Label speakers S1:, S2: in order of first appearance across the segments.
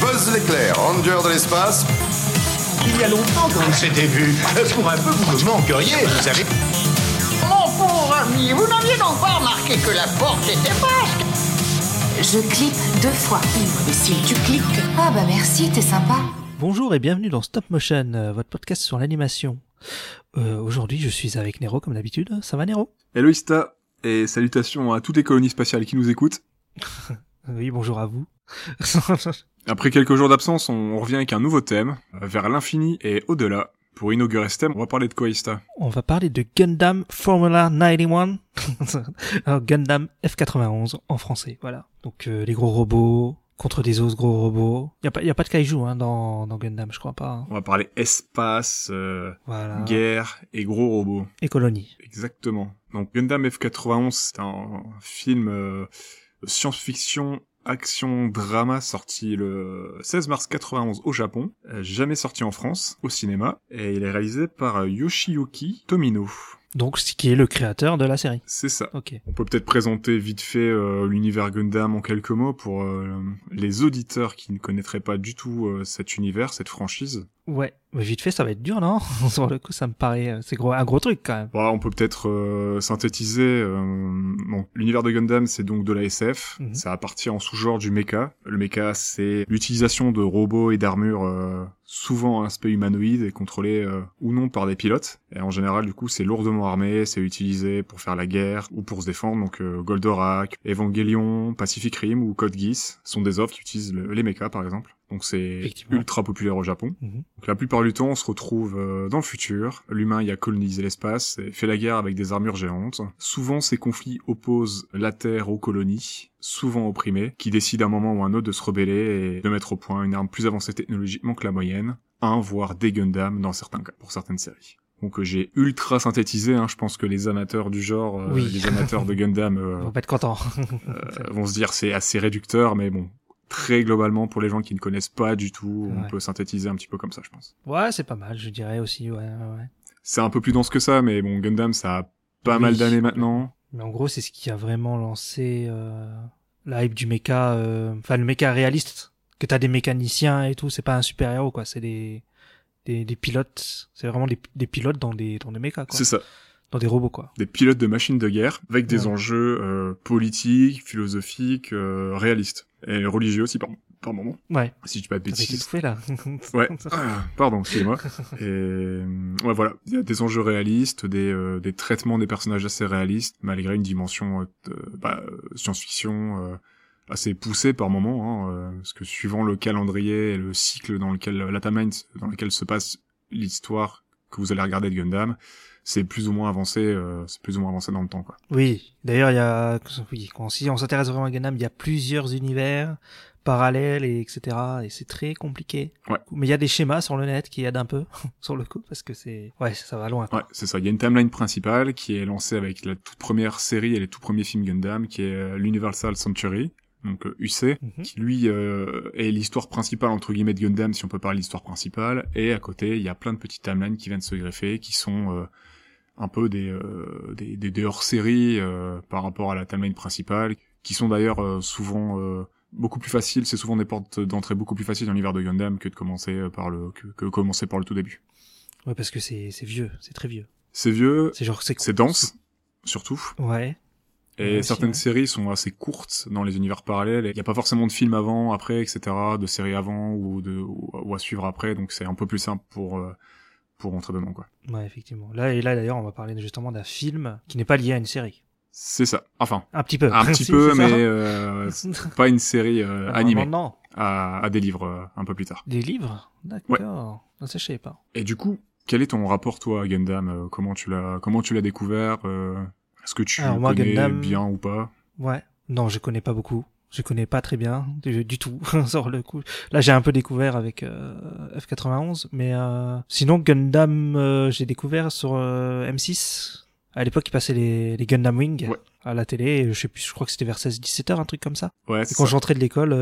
S1: Miles l'éclair, ranger de l'espace.
S2: Il y a longtemps qu'on s'était vu. Pour un peu, vous me manqueriez, vous savez.
S3: Mon pauvre ami, vous n'aviez donc pas remarqué que la porte était basque
S4: Je clique deux fois. Imbécile, tu cliques. Ah bah merci, t'es sympa.
S5: Bonjour et bienvenue dans Stop Motion, euh, votre podcast sur l'animation. Euh, Aujourd'hui, je suis avec Nero comme d'habitude. Ça va Nero
S6: Hello Ista, et salutations à toutes les colonies spatiales qui nous écoutent.
S5: Oui, bonjour à vous.
S6: Après quelques jours d'absence, on revient avec un nouveau thème, euh, vers l'infini et au-delà. Pour inaugurer ce thème, on va parler de quoi Ista
S5: On va parler de Gundam Formula 91. Alors, Gundam F91 en français, voilà. Donc euh, les gros robots contre des os gros robots. Il y a pas y a pas de kaiju hein, dans dans Gundam, je crois pas. hein.
S6: On va parler espace, euh,
S5: Voilà.
S6: guerre et gros robots.
S5: Et colonies.
S6: Exactement. Donc Gundam F91, c'est un film euh, de science-fiction action drama sorti le 16 mars 91 au Japon, euh, jamais sorti en France au cinéma et il est réalisé par euh, Yoshiyuki Tomino.
S5: Donc ce qui est le créateur de la série.
S6: C'est ça.
S5: Ok.
S6: On peut peut-être présenter vite fait euh, l'univers Gundam en quelques mots pour euh, les auditeurs qui ne connaîtraient pas du tout euh, cet univers, cette franchise.
S5: Ouais, mais vite fait, ça va être dur, non Sur le coup, ça me paraît, euh, c'est gros, un gros truc quand même.
S6: Voilà, Bah, on peut peut-être euh, synthétiser. euh, bon, l'univers de Gundam, c'est donc de la SF.
S5: Mhm.
S6: Ça appartient en sous-genre du mecha. Le mecha, c'est l'utilisation de robots et d'armures euh, souvent à aspect humanoïde et contrôlés euh, ou non par des pilotes. Et en général, du coup, c'est lourdement armé, c'est utilisé pour faire la guerre ou pour se défendre. Donc, euh, Goldorak, Evangelion, Pacific Rim ou Code Geass sont des offres qui utilisent le- les mechas, par exemple. Donc, c'est
S5: Effectivement.
S6: ultra populaire au Japon.
S5: Mhm.
S6: Donc la plupart du temps, on se retrouve euh, dans le futur. L'humain y a colonisé l'espace et fait la guerre avec des armures géantes. Souvent, ces conflits opposent la Terre aux colonies, souvent opprimées, qui décident à un moment ou à un autre de se rebeller et de mettre au point une arme plus avancée technologiquement que la moyenne, un voire des Gundam dans certains cas, pour certaines séries. Donc euh, j'ai ultra synthétisé, hein, je pense que les amateurs du genre, euh,
S5: Oui.
S6: les amateurs de Gundam euh,
S5: On va pas être content.
S6: euh, vont se dire c'est assez réducteur, mais bon, très globalement pour les gens qui ne connaissent pas du tout, on
S5: Ouais.
S6: peut synthétiser un petit peu comme ça, je pense.
S5: ouais, c'est pas mal, je dirais aussi. Ouais, ouais. ouais.
S6: C'est un peu plus dense que ça, mais bon, Gundam, ça a pas
S5: Oui.
S6: mal d'années maintenant.
S5: Mais en gros, c'est ce qui a vraiment lancé euh, la hype du méca, euh, enfin le méca réaliste. Que t'as des mécaniciens et tout, c'est pas un super héros quoi, c'est des, des des pilotes, c'est vraiment des, des pilotes dans des dans des mécas quoi,
S6: C'est ça,
S5: dans des robots quoi.
S6: des pilotes de machines de guerre avec des
S5: Ouais.
S6: enjeux euh, politiques, philosophiques, euh, réalistes et religieux aussi par, par moment.
S5: Ouais.
S6: Si je dis pas de
S5: T'avais été
S6: bêtises.
S5: bouffé là.
S6: Ouais. Ah, Pardon, excusez-moi. Et euh, ouais, voilà, il y a des enjeux réalistes, des, euh, des traitements des personnages assez réalistes, malgré une dimension euh, de- bah, euh, science-fiction euh, assez poussée par moment, hein, euh, parce que suivant le calendrier et le cycle dans lequel euh, la timeline s- dans lequel se passe l'histoire que vous allez regarder de Gundam, c'est plus ou moins avancé, euh, c'est plus ou moins avancé dans le temps. Quoi.
S5: Oui, d'ailleurs, il y a, oui, quand si on s'intéresse vraiment à Gundam, il y a plusieurs univers parallèles et etc. Et c'est très compliqué.
S6: Ouais.
S5: Mais il y a des schémas sur le net qui aident un peu sur le coup parce que c'est, ouais, ça va loin. quoi.
S6: Ouais, c'est ça. Il y a une timeline principale qui est lancée avec la toute première série et les tout premiers films Gundam, qui est euh, l'Universal Century, donc euh, UC,
S5: Mhm.
S6: qui lui euh, est l'histoire principale entre guillemets de Gundam, si on peut parler d'histoire principale. Et à côté, il y a plein de petites timelines qui viennent se greffer, qui sont euh, un peu des euh, des, des- des hors-séries euh, par rapport à la timeline principale, qui sont d'ailleurs euh, souvent euh, beaucoup plus faciles. C'est souvent des portes d'entrée beaucoup plus faciles dans l'univers de Gundam que de commencer euh, par le que, que commencer par le tout début.
S5: Ouais, parce que c'est, c'est vieux, c'est très vieux.
S6: C'est vieux,
S5: C'est genre, c'est,
S6: c'est dense, surtout.
S5: Ouais. Ouais,
S6: Et
S5: aussi,
S6: certaines
S5: ouais.
S6: séries sont assez courtes dans les univers parallèles. Il n'y a pas forcément de films avant, après, etc., de séries avant ou, de, ou, ou à suivre après. Donc c'est un peu plus simple pour euh, pour rentrer dedans, quoi.
S5: Ouais, effectivement. Là, et là, d'ailleurs, on va parler justement d'un film qui n'est pas lié à une série.
S6: C'est ça. Enfin,
S5: Un petit peu.
S6: un petit
S5: Si,
S6: peu,
S5: c'est ça.
S6: mais euh, c'est
S5: Non,
S6: pas une série euh,
S5: non,
S6: animée
S5: Non, non.
S6: à, à des livres euh, un peu plus tard.
S5: Des livres? D'accord. Non, ça, je savais pas.
S6: Et du coup, quel est ton rapport toi à Gundam Euh, Comment tu l'as comment tu l'as découvert Euh, Est-ce que tu
S5: Alors, moi,
S6: connais
S5: Gundam-
S6: bien ou pas
S5: Ouais. Non, je connais pas beaucoup. Je connais pas très bien du, du tout hein, sur le coup. Là, j'ai un peu découvert avec euh, F91, mais euh, sinon Gundam, euh, j'ai découvert sur euh, M6. À l'époque, ils passaient les, les Gundam Wing
S6: Ouais.
S5: à la télé. et Je sais plus, je crois que c'était vers 16-17 heures, un truc comme ça.
S6: Ouais,
S5: Et
S6: c'est
S5: quand
S6: ça.
S5: j'entrais de l'école,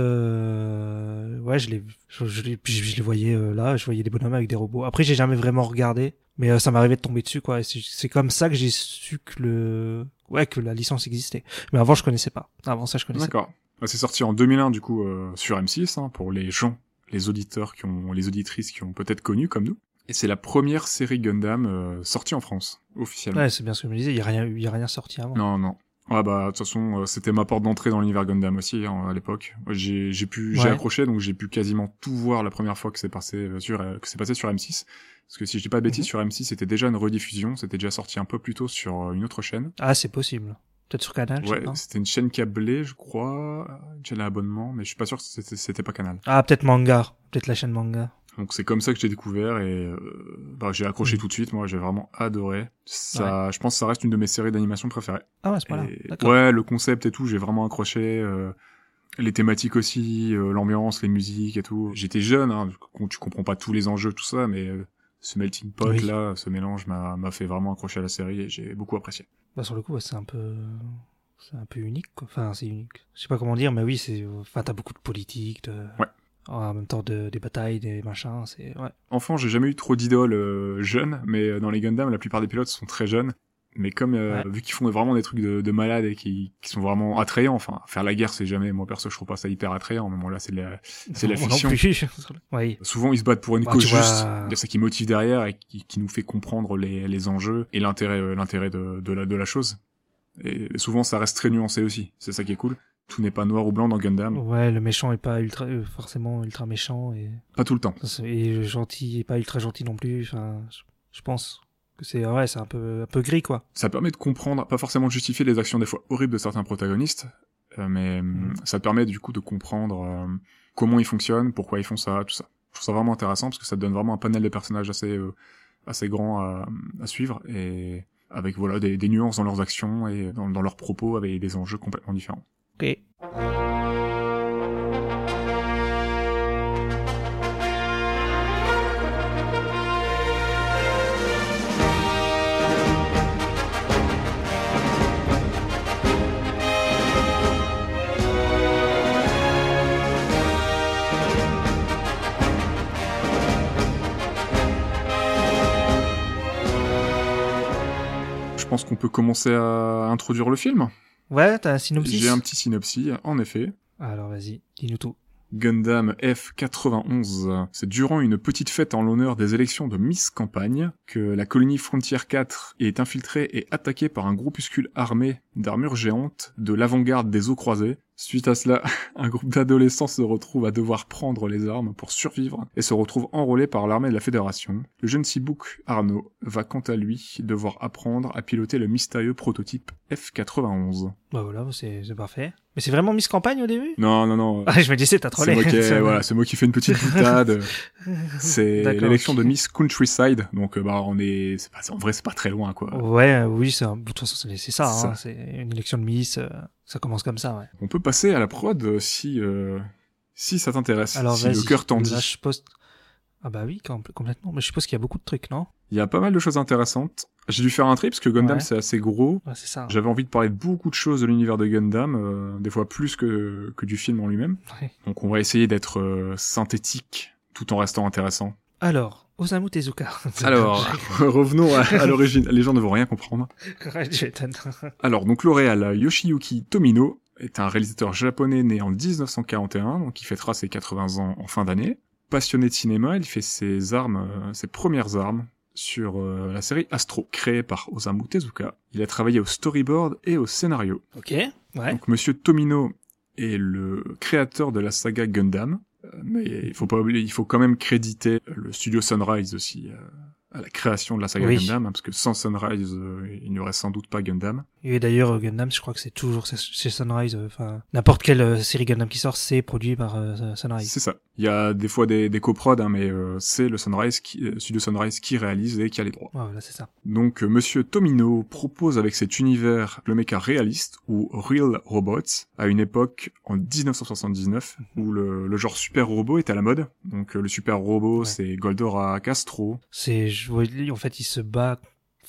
S5: euh, ouais, je les, je, je les, je- je les voyais euh, là, je voyais des bonhommes avec des robots. Après, j'ai jamais vraiment regardé, mais euh, ça m'arrivait de tomber dessus, quoi. Et C'est c'est comme ça que j'ai su que le, ouais, que la licence existait. Mais avant, je connaissais pas. Avant ça, je connaissais. pas.
S6: D'accord. Bah, C'est sorti en 2001 du coup euh, sur M6 hein, pour les gens les auditeurs qui ont, les auditrices qui ont peut-être connu comme nous. Et c'est la première série Gundam euh, sortie en France, officiellement.
S5: Ouais, c'est bien ce que je me disais, il n'y a, rien eu- il y a rien sorti avant.
S6: Non, non. Ah bah, de toute façon, euh, c'était ma porte d'entrée dans l'univers Gundam aussi, hein, à l'époque. J'ai j'ai pu, j'ai
S5: Ouais.
S6: accroché, donc j'ai pu quasiment tout voir la première fois que c'est passé euh, sur, euh, que c'est passé sur M6. Parce que si je dis pas de bêtises,
S5: Mhm.
S6: sur M6, c'était déjà une rediffusion, c'était déjà sorti un peu plus tôt sur euh, une autre chaîne.
S5: Ah, c'est possible. Peut-être sur Canal, Ah, je sais
S6: Ouais,
S5: pas.
S6: c'était une chaîne câblée, je crois. J'avais un abonnement, mais je suis pas sûr que c'était c'était pas Canal.
S5: Ah, peut-être manga. Peut-être la chaîne manga.
S6: Donc c'est comme ça que j'ai découvert et euh, bah, j'ai accroché
S5: Mm.
S6: tout de suite. Moi, j'ai vraiment adoré. Ça, je pense, que ça reste une de mes séries d'animation préférées.
S5: Ah ouais, c'est pas là.
S6: Et-
S5: D'accord.
S6: ouais, le concept et tout, j'ai vraiment accroché. euh, les thématiques aussi, euh, l'ambiance, les musiques et tout. J'étais jeune, hein, tu com- tu comprends pas tous les enjeux, tout ça, mais euh, ce melting pot
S5: Oui.
S6: là, ce mélange m'a m'a fait vraiment accrocher à la série et j'ai beaucoup apprécié.
S5: Bah, sur le coup, ouais, c'est un peu, c'est un peu unique, quoi. Enfin, c'est unique. Je sais pas comment dire, mais oui, c'est, enfin, t'as beaucoup de politique, de...
S6: Ouais.
S5: En même temps, de... des batailles, des machins, c'est, ouais.
S6: Enfant, j'ai jamais eu trop d'idoles euh, jeunes, mais euh, dans les Gundam, la plupart des pilotes sont très jeunes. Mais comme euh, vu qu'ils font vraiment des trucs de, de malades et qui, qui sont vraiment attrayants, enfin faire la guerre c'est jamais, moi perso je trouve pas ça hyper attrayant, mais bon là c'est de la... c'est la
S5: Moi non
S6: fiction.
S5: plus. oui.
S6: Souvent ils se battent pour une
S5: Bah,
S6: cause
S5: tu vois-
S6: juste, il y a ça qui motive derrière et qui, qui nous fait comprendre les, les enjeux et l'intérêt euh, l'intérêt de, de, la, de la chose. Et souvent ça reste très nuancé aussi, c'est ça qui est cool. Tout n'est pas noir ou blanc dans Gundam,
S5: Ouais, le méchant est pas ultra, euh, forcément ultra méchant et,
S6: pas tout le temps.
S5: et le gentil est pas ultra gentil non plus. Enfin, je- je pense que c'est, ouais, c'est un peu, un peu gris, quoi.
S6: ça permet de comprendre, pas forcément de justifier les actions des fois horribles de certains protagonistes, euh, mais hum, ça te permet du coup de comprendre euh, comment ils fonctionnent, pourquoi ils font ça, tout ça. Je trouve ça vraiment intéressant parce que ça te donne vraiment un panel de personnages assez euh, assez grand à, à suivre et avec voilà des, des nuances dans leurs actions et dans, dans leurs propos avec des enjeux complètement différents.
S5: Ok.
S6: Je pense qu'on peut commencer à introduire le film.
S5: Ouais, t'as un synopsis.
S6: J'ai un petit synopsis, en effet.
S5: Alors, vas-y, dis-nous tout.
S6: Gundam F91. C'est durant une petite fête en l'honneur des élections de Miss Campagne que la colonie Frontier 4 est infiltrée et attaquée par un groupuscule armé d'armures géantes de l'avant-garde des eaux croisées. Suite à cela, un groupe d'adolescents se retrouve à devoir prendre les armes pour survivre et se retrouve enrôlé par l'armée de la Fédération. Le jeune Seabook, Arnaud, va quant à lui devoir apprendre à piloter le mystérieux prototype F91.
S5: Bah voilà, c'est, c'est parfait. Mais c'est vraiment Miss Campagne au début?
S6: Non, non, non.
S5: Ah, je me disais, t'as trollé.
S6: C'est moi, qui,
S5: C'est-
S6: voilà, c'est moi qui fais une petite boutade. C'est
S5: D'accord,
S6: l'élection
S5: ok.
S6: de Miss Countryside, donc euh, bah on est, c'est pas, en vrai c'est pas très loin quoi.
S5: Ouais, euh, oui, ça, de toute façon, c'est c'est ça,
S6: Ça.
S5: hein, c'est une élection de milice, euh, ça commence comme ça, ouais.
S6: On peut passer à la prod euh, si euh, si ça t'intéresse,
S5: Alors,
S6: si le
S5: vas-y,
S6: cœur t'en
S5: là,
S6: dit.
S5: je suppose... Ah bah oui, com- complètement, mais je suppose qu'il y a beaucoup de trucs, non
S6: Il y a pas mal de choses intéressantes. J'ai dû faire un tri parce que Gundam
S5: Ouais.
S6: c'est assez gros.
S5: Ouais, c'est ça. hein.
S6: J'avais envie de parler de beaucoup de choses de l'univers de Gundam, euh, des fois plus que que du film en lui-même.
S5: Ouais.
S6: Donc on va essayer d'être euh, synthétique tout en restant intéressant.
S5: Alors, Osamu Tezuka.
S6: Alors revenons à, à l'origine. Les gens ne vont rien comprendre.
S5: Je m'étonne.
S6: Alors, donc, le réal Yoshiyuki Tomino est un réalisateur japonais né en 1941, donc il fêtera ses 80 ans en fin d'année. Passionné de cinéma, il fait ses armes, euh, ses premières armes sur euh, la série Astro, créée par Osamu Tezuka. Il a travaillé au storyboard et au scénario.
S5: Ok, ouais.
S6: Donc, monsieur Tomino est le créateur de la saga Gundam, euh, mais il faut pas oublier, il faut quand même créditer le studio Sunrise aussi euh, à la création de la saga
S5: Oui.
S6: Gundam, hein, parce que sans Sunrise, euh, il n'y aurait sans doute pas Gundam.
S5: Et d'ailleurs, euh, Gundam, je crois que c'est toujours chez Sunrise, euh, enfin, n'importe quelle euh, série Gundam qui sort, c'est produit par euh, Sunrise.
S6: C'est ça. Il y a des fois des, des coprods, hein, mais euh, c'est le Sunrise qui, euh, Studio Sunrise qui réalise et qui a les droits.
S5: Ouais, voilà, c'est ça.
S6: Donc euh, Monsieur Tomino propose avec cet univers le méca réaliste ou Real Robots à une époque en 1979
S5: Mhm.
S6: où le, le genre super robot est à la mode. Donc euh, le super robot
S5: Ouais.
S6: c'est Goldorak, Astro.
S5: C'est, je vois- en fait, il se bat,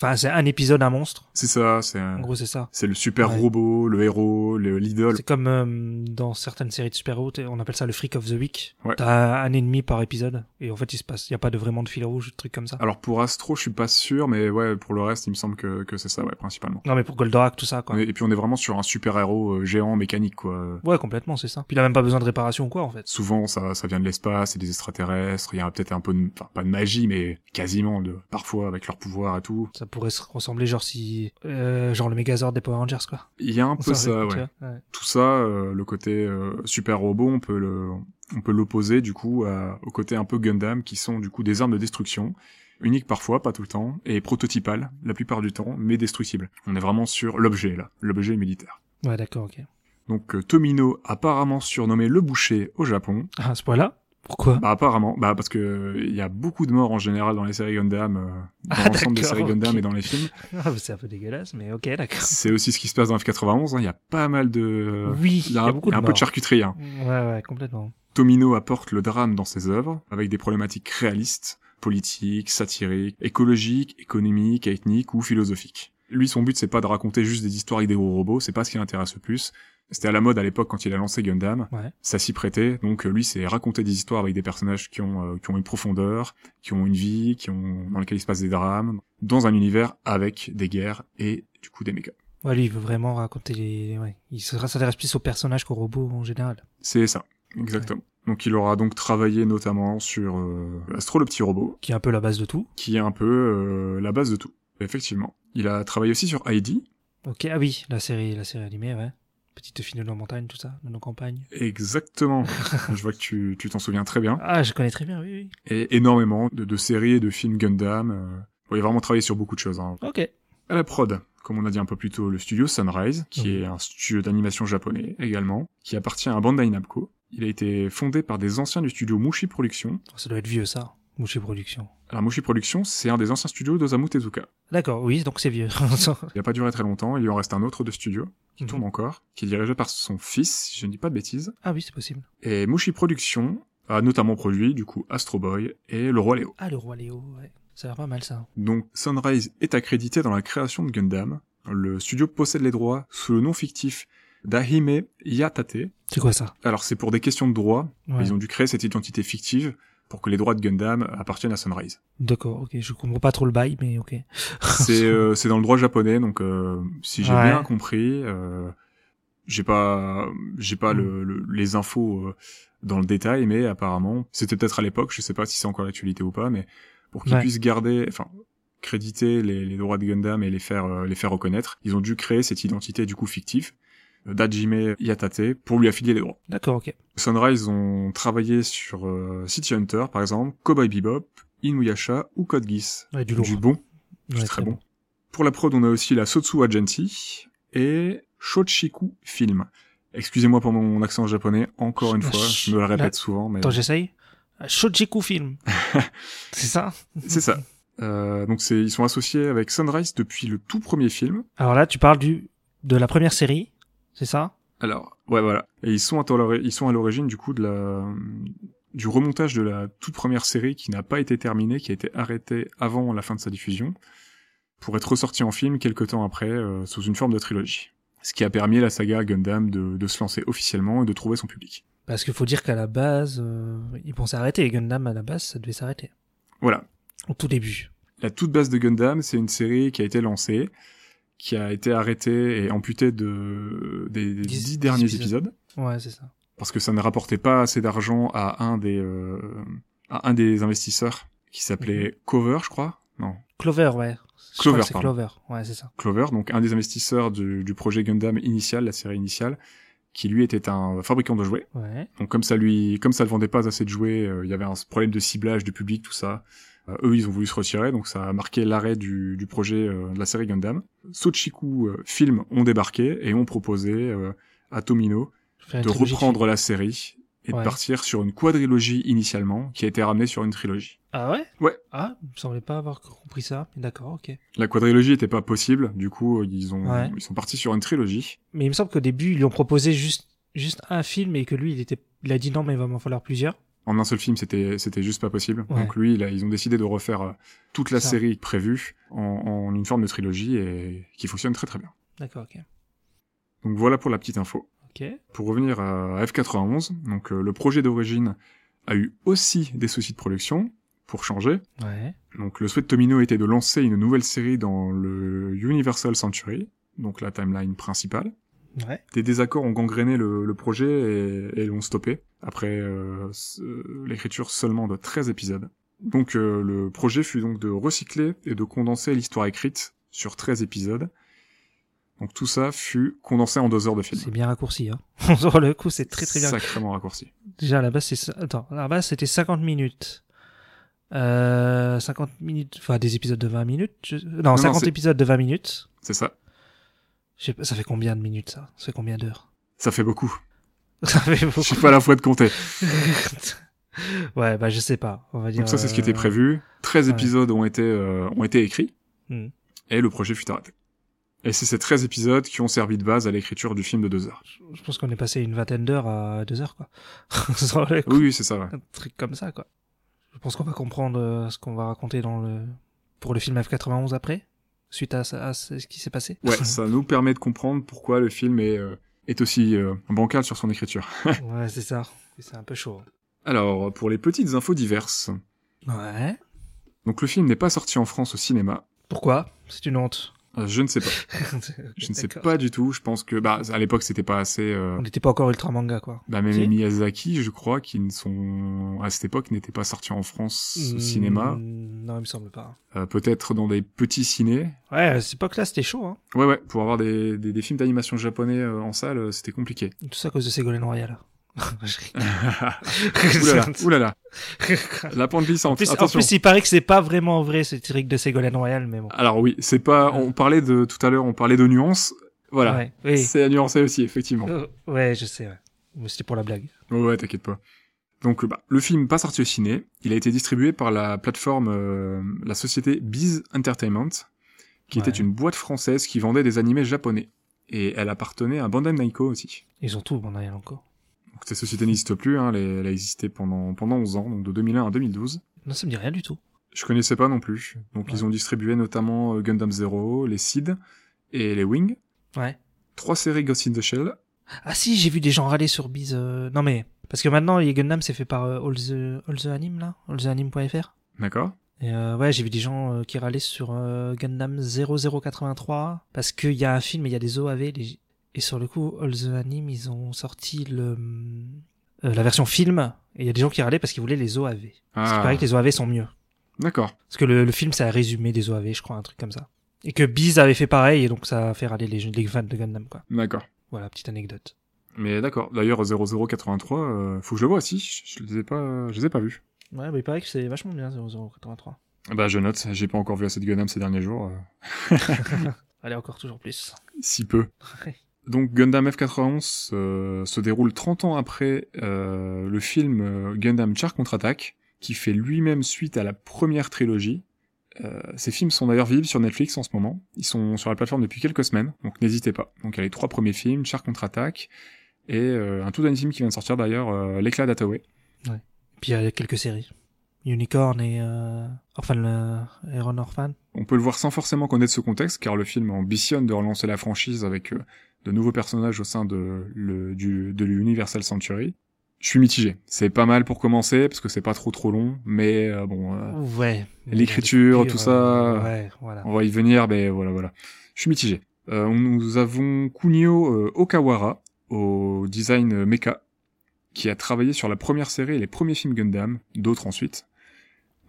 S5: Enfin, c'est un épisode, un monstre.
S6: C'est ça, c'est un-
S5: En gros, c'est ça.
S6: c'est le super
S5: Ouais.
S6: robot, le héros, le- l'idole.
S5: C'est comme euh, dans certaines séries de super-héros, t'es- on appelle ça le Freak of the Week.
S6: Ouais.
S5: T'as un ennemi par épisode, et en fait, il se passe, il y a pas de vraiment de fil rouge, de trucs comme ça.
S6: Alors pour Astro, je suis pas sûr, mais ouais, pour le reste, il me semble que, que c'est ça, ouais, principalement.
S5: Non, mais pour Goldorak, tout ça, quoi.
S6: Et puis on est vraiment sur un super héros euh, géant mécanique, quoi.
S5: Ouais, complètement, c'est ça. Puis il a même pas besoin de réparation ou quoi, en fait.
S6: Souvent, ça, ça vient de l'espace, c'est des extraterrestres. Il y a peut-être un peu, de, enfin pas de magie, mais quasiment de, parfois avec leur pouvoir et tout.
S5: Ça pourrait se ressembler, genre si, euh, genre le Megazord des Power Rangers, quoi.
S6: Il y a un peu ça,
S5: tu
S6: ouais.
S5: vois, ouais.
S6: Tout ça, euh, le côté euh, super robot, on peut le, on peut l'opposer du coup à- au côté un peu Gundam, qui sont du coup des armes de destruction, uniques parfois, pas tout le temps, et prototypales la plupart du temps, mais destructibles. On est vraiment sur l'objet là, l'objet militaire.
S5: Ouais, d'accord, ok.
S6: Donc euh, Tomino, apparemment surnommé le boucher au Japon,
S5: Ah, à ce point-là? Pourquoi?
S6: Bah apparemment, bah parce que il y a beaucoup de morts en général dans les séries Gundam, euh, dans
S5: Ah,
S6: l'ensemble des
S5: d'accord,
S6: séries Gundam
S5: ok.
S6: et dans les films.
S5: Ah, bah, c'est un peu dégueulasse, mais ok, d'accord.
S6: C'est aussi ce qui se passe dans F91. hein, Il y a pas mal de,
S5: oui,
S6: euh, il y a, un- il y a un peu de
S5: morts.
S6: charcuterie. hein.
S5: Ouais, ouais, complètement.
S6: Tomino apporte le drame dans ses œuvres avec des problématiques réalistes, politiques, satiriques, écologiques, économiques, ethniques ou philosophiques. Lui, son but, c'est pas de raconter juste des histoires avec des gros robots, c'est pas ce qui l'intéresse le plus. C'était à la mode à l'époque quand il a lancé Gundam.
S5: Ouais.
S6: Ça s'y prêtait. Donc euh, lui, c'est raconter des histoires avec des personnages qui ont, euh, qui ont une profondeur, qui ont une vie, qui ont, dans lesquels il se passe des drames, dans un univers avec des guerres et du coup des mécas.
S5: Ouais, lui, il veut vraiment raconter les, ouais. Il se- s'intéresse plus aux personnages qu'aux robots, en général.
S6: C'est ça, exactement. Donc il aura donc travaillé notamment sur euh, Astro le petit robot,
S5: Qui est un peu la base de tout.
S6: qui est un peu euh, la base de tout. Effectivement. Il a travaillé aussi sur Heidi.
S5: Ok, ah oui, la série, la série animée, ouais. Petite fille de nos montagnes, tout ça, de nos campagnes.
S6: Exactement. Je vois que tu tu t'en souviens très bien.
S5: Ah, je connais très bien, oui,
S6: Et énormément de, de séries et de films Gundam. euh. Bon, il a vraiment travaillé sur beaucoup de choses. hein.
S5: oui. Ok.
S6: À la prod, comme on a dit un peu plus tôt, le studio Sunrise, qui
S5: Oui.
S6: est un studio d'animation japonais également, qui appartient à Bandai Namco. Il a été fondé par des anciens du studio Mushi Productions.
S5: Oh, Ça doit être vieux, ça. Mouché Production.
S6: Alors Mushi Productions, c'est un des anciens studios d'Osamu Tezuka.
S5: D'accord, oui, donc c'est vieux.
S6: Il n'a pas duré très longtemps, il lui en reste un autre de studio, qui tourne encore, qui est dirigé par son fils, si je ne dis pas de bêtises.
S5: ah oui, c'est possible.
S6: Et Mushi Productions a notamment produit, du coup, Astro Boy et Le Roi Léo.
S5: Ah, le roi Léo, ouais. Ça a l'air pas mal, ça.
S6: Donc Sunrise est accrédité dans la création de Gundam. Le studio possède les droits sous le nom fictif d'Ahime Yatate.
S5: C'est quoi ça
S6: Alors c'est pour des questions de droits,
S5: Ouais.
S6: ils ont dû créer cette identité fictive pour que les droits de Gundam appartiennent à Sunrise.
S5: D'accord, ok, je comprends pas trop le bail, mais ok.
S6: C'est euh, c'est dans le droit japonais, donc euh, si j'ai
S5: Ouais.
S6: bien compris, euh, j'ai pas j'ai pas
S5: Mm.
S6: le- le- les infos euh, dans le détail, mais apparemment c'était peut-être à l'époque, je sais pas si c'est encore l'actualité ou pas, mais pour qu'ils
S5: Ouais.
S6: puissent garder, enfin créditer les, les droits de Gundam et les faire euh, les faire reconnaître, ils ont dû créer cette identité du coup fictive euh, d'Hajime Yatate pour lui affilier les droits.
S5: D'accord, ok.
S6: Sunrise ont travaillé sur euh, City Hunter par exemple, Cowboy Bebop, Inuyasha ou Code Geass.
S5: Ouais, du lourd.
S6: Du bon
S5: Ouais,
S6: c'est très bon. Pour la prod, on a aussi la Sotsu Agency et Shochiku Film. Excusez-moi pour mon accent japonais, encore une
S5: Ch-
S6: fois,
S5: ch-
S6: je me le
S5: la-
S6: répète souvent, mais
S5: Attends, j'essaye.
S6: Euh.
S5: Shojiku Film. c'est ça
S6: c'est ça. Euh, donc c'est, ils sont associés avec Sunrise depuis le tout premier film.
S5: Alors là, tu parles du de la première série, c'est ça
S6: Alors, ouais, voilà. Et ils sont à, l'ori- ils sont à l'origine du coup de la du remontage de la toute première série qui n'a pas été terminée, qui a été arrêtée avant la fin de sa diffusion, pour être ressortie en film quelques temps après euh, sous une forme de trilogie. Ce qui a permis à la saga Gundam de, de se lancer officiellement et de trouver son public.
S5: Parce qu'il faut dire qu'à la base, euh, ils pensaient arrêter. Les Gundam, à la base, ça devait s'arrêter.
S6: Voilà.
S5: Au tout début.
S6: La toute base de Gundam, c'est une série qui a été lancée, qui a été arrêtée et amputée de, des, des
S5: Dix-
S6: dix
S5: dix
S6: derniers épisodes.
S5: épisodes. Ouais, c'est ça.
S6: parce que ça ne rapportait pas assez d'argent à un des euh, à un des investisseurs qui s'appelait Cover, je crois. Non,
S5: Clover, ouais. Je
S6: Clover,
S5: crois que c'est
S6: pardon.
S5: Clover, ouais, c'est ça.
S6: Clover, donc un des investisseurs du, du projet Gundam initial, la série initiale, qui lui était un fabricant de jouets.
S5: Ouais.
S6: Donc comme ça lui comme ça ne vendait pas assez de jouets, euh, il y avait un problème de ciblage du public, tout ça. Euh, eux, ils ont voulu se retirer, donc ça a marqué l'arrêt du, du projet euh, de la série Gundam. Sochiku euh, Film ont débarqué et ont proposé euh, à Tomino
S5: Je fais la
S6: de
S5: trilogie
S6: reprendre la série et
S5: Ouais.
S6: de partir sur une quadrilogie initialement qui a été ramenée sur une trilogie.
S5: Ah ouais
S6: Ouais.
S5: Ah, il me semblait pas avoir compris ça. Mais D'accord, ok.
S6: La quadrilogie était pas possible, du coup euh, ils ont
S5: Ouais.
S6: ils sont partis sur une trilogie.
S5: Mais il me semble qu'au début, ils lui ont proposé juste, juste un film et que lui, il, était, il a dit non, mais il va m'en falloir plusieurs.
S6: En un seul film, c'était c'était juste pas possible.
S5: Ouais.
S6: Donc lui, là, ils ont décidé de refaire euh, toute la
S5: Ça.
S6: série prévue en, en une forme de trilogie et qui fonctionne très très bien.
S5: D'accord, ok.
S6: Donc voilà pour la petite info.
S5: Ok.
S6: Pour revenir à F91, donc euh, le projet d'origine a eu aussi des soucis de production pour changer.
S5: Ouais.
S6: Donc le souhait de Tomino était de lancer une nouvelle série dans le Universal Century, donc la timeline principale.
S5: Ouais.
S6: Des désaccords ont gangréné le, le projet et, et l'ont stoppé, après euh, ce- l'écriture seulement de 13 épisodes. Donc euh, le projet fut donc de recycler et de condenser l'histoire écrite sur 13 épisodes. Donc tout ça fut condensé en deux heures de film.
S5: C'est bien raccourci, hein. Sur le coup, c'est très très bien.
S6: Sacrément raccourci.
S5: Déjà, à la base, c'est, ça- attends, à la base, c'était 50 minutes. Euh, 50 minutes, enfin, des épisodes de 20 minutes. je- Non,
S6: non,
S5: 50
S6: c'est-
S5: épisodes de 20 minutes.
S6: C'est ça.
S5: Je sais pas, ça fait combien de minutes, ça? Ça fait combien d'heures?
S6: Ça fait beaucoup.
S5: Ça fait
S6: Je
S5: beaucoup.
S6: suis pas à la fois de compter.
S5: ouais, bah, je sais pas. On va dire.
S6: Donc ça, c'est ce qui
S5: euh,
S6: était prévu. 13
S5: ouais.
S6: épisodes ont été, euh, ont été écrits.
S5: Hmm.
S6: Et le projet fut arrêté. Et c'est ces 13 épisodes qui ont servi de base à l'écriture du film de deux heures.
S5: Je je pense qu'on est passé une vingtaine d'heures à deux heures, quoi. Sur le coup,
S6: Oui, oui, c'est ça, ouais.
S5: un truc comme ça, quoi. Je pense qu'on va comprendre euh, ce qu'on va raconter dans le, pour le film F91 après, suite à, ça- à ce ce qui s'est passé.
S6: Ouais, ça nous permet de comprendre pourquoi le film est, euh, est aussi euh, bancal sur son écriture.
S5: ouais, c'est ça. C'est un peu chaud. hein.
S6: Alors, pour les petites infos diverses.
S5: Ouais.
S6: Donc le film n'est pas sorti en France au cinéma.
S5: Pourquoi C'est une honte.
S6: Euh, Je ne sais pas. Je ne sais pas du tout. Je pense que, bah, à l'époque, c'était pas assez, euh,
S5: On n'était pas encore ultra manga, quoi.
S6: Bah même
S5: Si.
S6: les Miyazaki, je crois, qui ne sont à cette époque n'étaient pas sortis en France
S5: Hmm.
S6: au cinéma,
S5: Mm, Non, il me semble pas.
S6: Euh, peut-être dans des petits cinés.
S5: Ouais, à cette époque-là, c'était chaud, hein.
S6: Ouais ouais, pour avoir des, des, des films d'animation japonais euh, en salle, euh, c'était compliqué.
S5: Tout ça à cause de Ségolène Royal. Je rigole.
S6: oulala, oulala, la pente glissante.
S5: En plus, en
S6: attention.
S5: plus, il paraît que c'est pas vraiment vrai ce trick de Ségolène Royal, mais bon.
S6: Alors oui, c'est pas. On parlait de tout à l'heure, on parlait de nuances. Voilà,
S5: Ouais, oui.
S6: c'est à nuancer aussi, effectivement.
S5: Euh, ouais, je sais, ouais. Mais C'était pour la blague.
S6: Ouais, ouais, t'inquiète pas. Donc, euh, bah, le film pas sorti au ciné, il a été distribué par la plateforme, euh, la société Biz Entertainment, qui était
S5: Ouais.
S6: une boîte française qui vendait des animés japonais. Et elle appartenait à Bandai Namco aussi.
S5: Ils ont tout, Bandai Namco. Donc
S6: Donc, cette société n'existe plus, hein, elle, elle a existé pendant, pendant 11 ans, donc de 2001 à 2012.
S5: Non, ça me dit rien du tout.
S6: Je connaissais pas non plus. Donc,
S5: Ouais.
S6: ils ont distribué notamment euh, Gundam Zero, les Seed et les Wing.
S5: Ouais.
S6: Trois séries Ghost in the Shell.
S5: Ah si, j'ai vu des gens râler sur Biz. euh, Non mais parce que maintenant, les Gundam, c'est fait par euh, All the All the Anime là, alltheanime.fr.
S6: D'accord?
S5: Et euh, ouais, j'ai vu des gens euh, qui râlaient sur euh, Gundam 0083 parce qu'il y a un film et il y a des OAV. les- Et sur le coup, All the Anime, ils ont sorti le euh, la version film et il y a des gens qui râlaient parce qu'ils voulaient les OAV. Parce qu'il
S6: Ah.
S5: paraît que les OAV sont mieux.
S6: D'accord.
S5: Parce que le, le film, c'est un résumé des OAV, je crois, un truc comme ça. Et que Biz avait fait pareil, et donc ça a fait râler les, les fans de Gundam, quoi.
S6: D'accord.
S5: Voilà, petite anecdote.
S6: Mais d'accord. D'ailleurs, 0083, euh, faut que je le vois aussi. Je, je les ai pas, je les ai pas vus.
S5: Ouais, mais il paraît que c'est vachement bien, 0083.
S6: Bah, je note. J'ai pas encore vu assez de Gundam ces derniers jours. euh,
S5: Allez, encore toujours plus.
S6: si peu.
S5: Ouais.
S6: Donc, Gundam F91 euh, se déroule 30 ans après euh, le film euh, Gundam Char contre-attaque, qui fait lui-même suite à la première trilogie. Euh, ces films sont d'ailleurs visibles sur Netflix en ce moment. Ils sont sur la plateforme depuis quelques semaines, donc n'hésitez pas. Donc, il y a les trois premiers films, Char contre-attaque, et euh, un tout dernier film qui vient de sortir d'ailleurs, euh, L'éclat d'Ataway.
S5: Puis il y a quelques séries. Unicorn et euh, Orphan, le... Iron Orphan.
S6: On peut le voir sans forcément connaître ce contexte, car le film ambitionne de relancer la franchise avec euh, de nouveaux personnages au sein de, le, du, de l'Universal Century. Je suis mitigé. C'est pas mal pour commencer, parce que c'est pas trop trop long, mais euh, bon, euh,
S5: Ouais.
S6: L'écriture, tout ça.
S5: euh, ouais, voilà.
S6: on va y venir, mais voilà, voilà. Je suis mitigé. Euh, on- nous avons Kunio euh, Okawara, au design euh, mecha, qui a travaillé sur la première série et les premiers films Gundam, d'autres ensuite.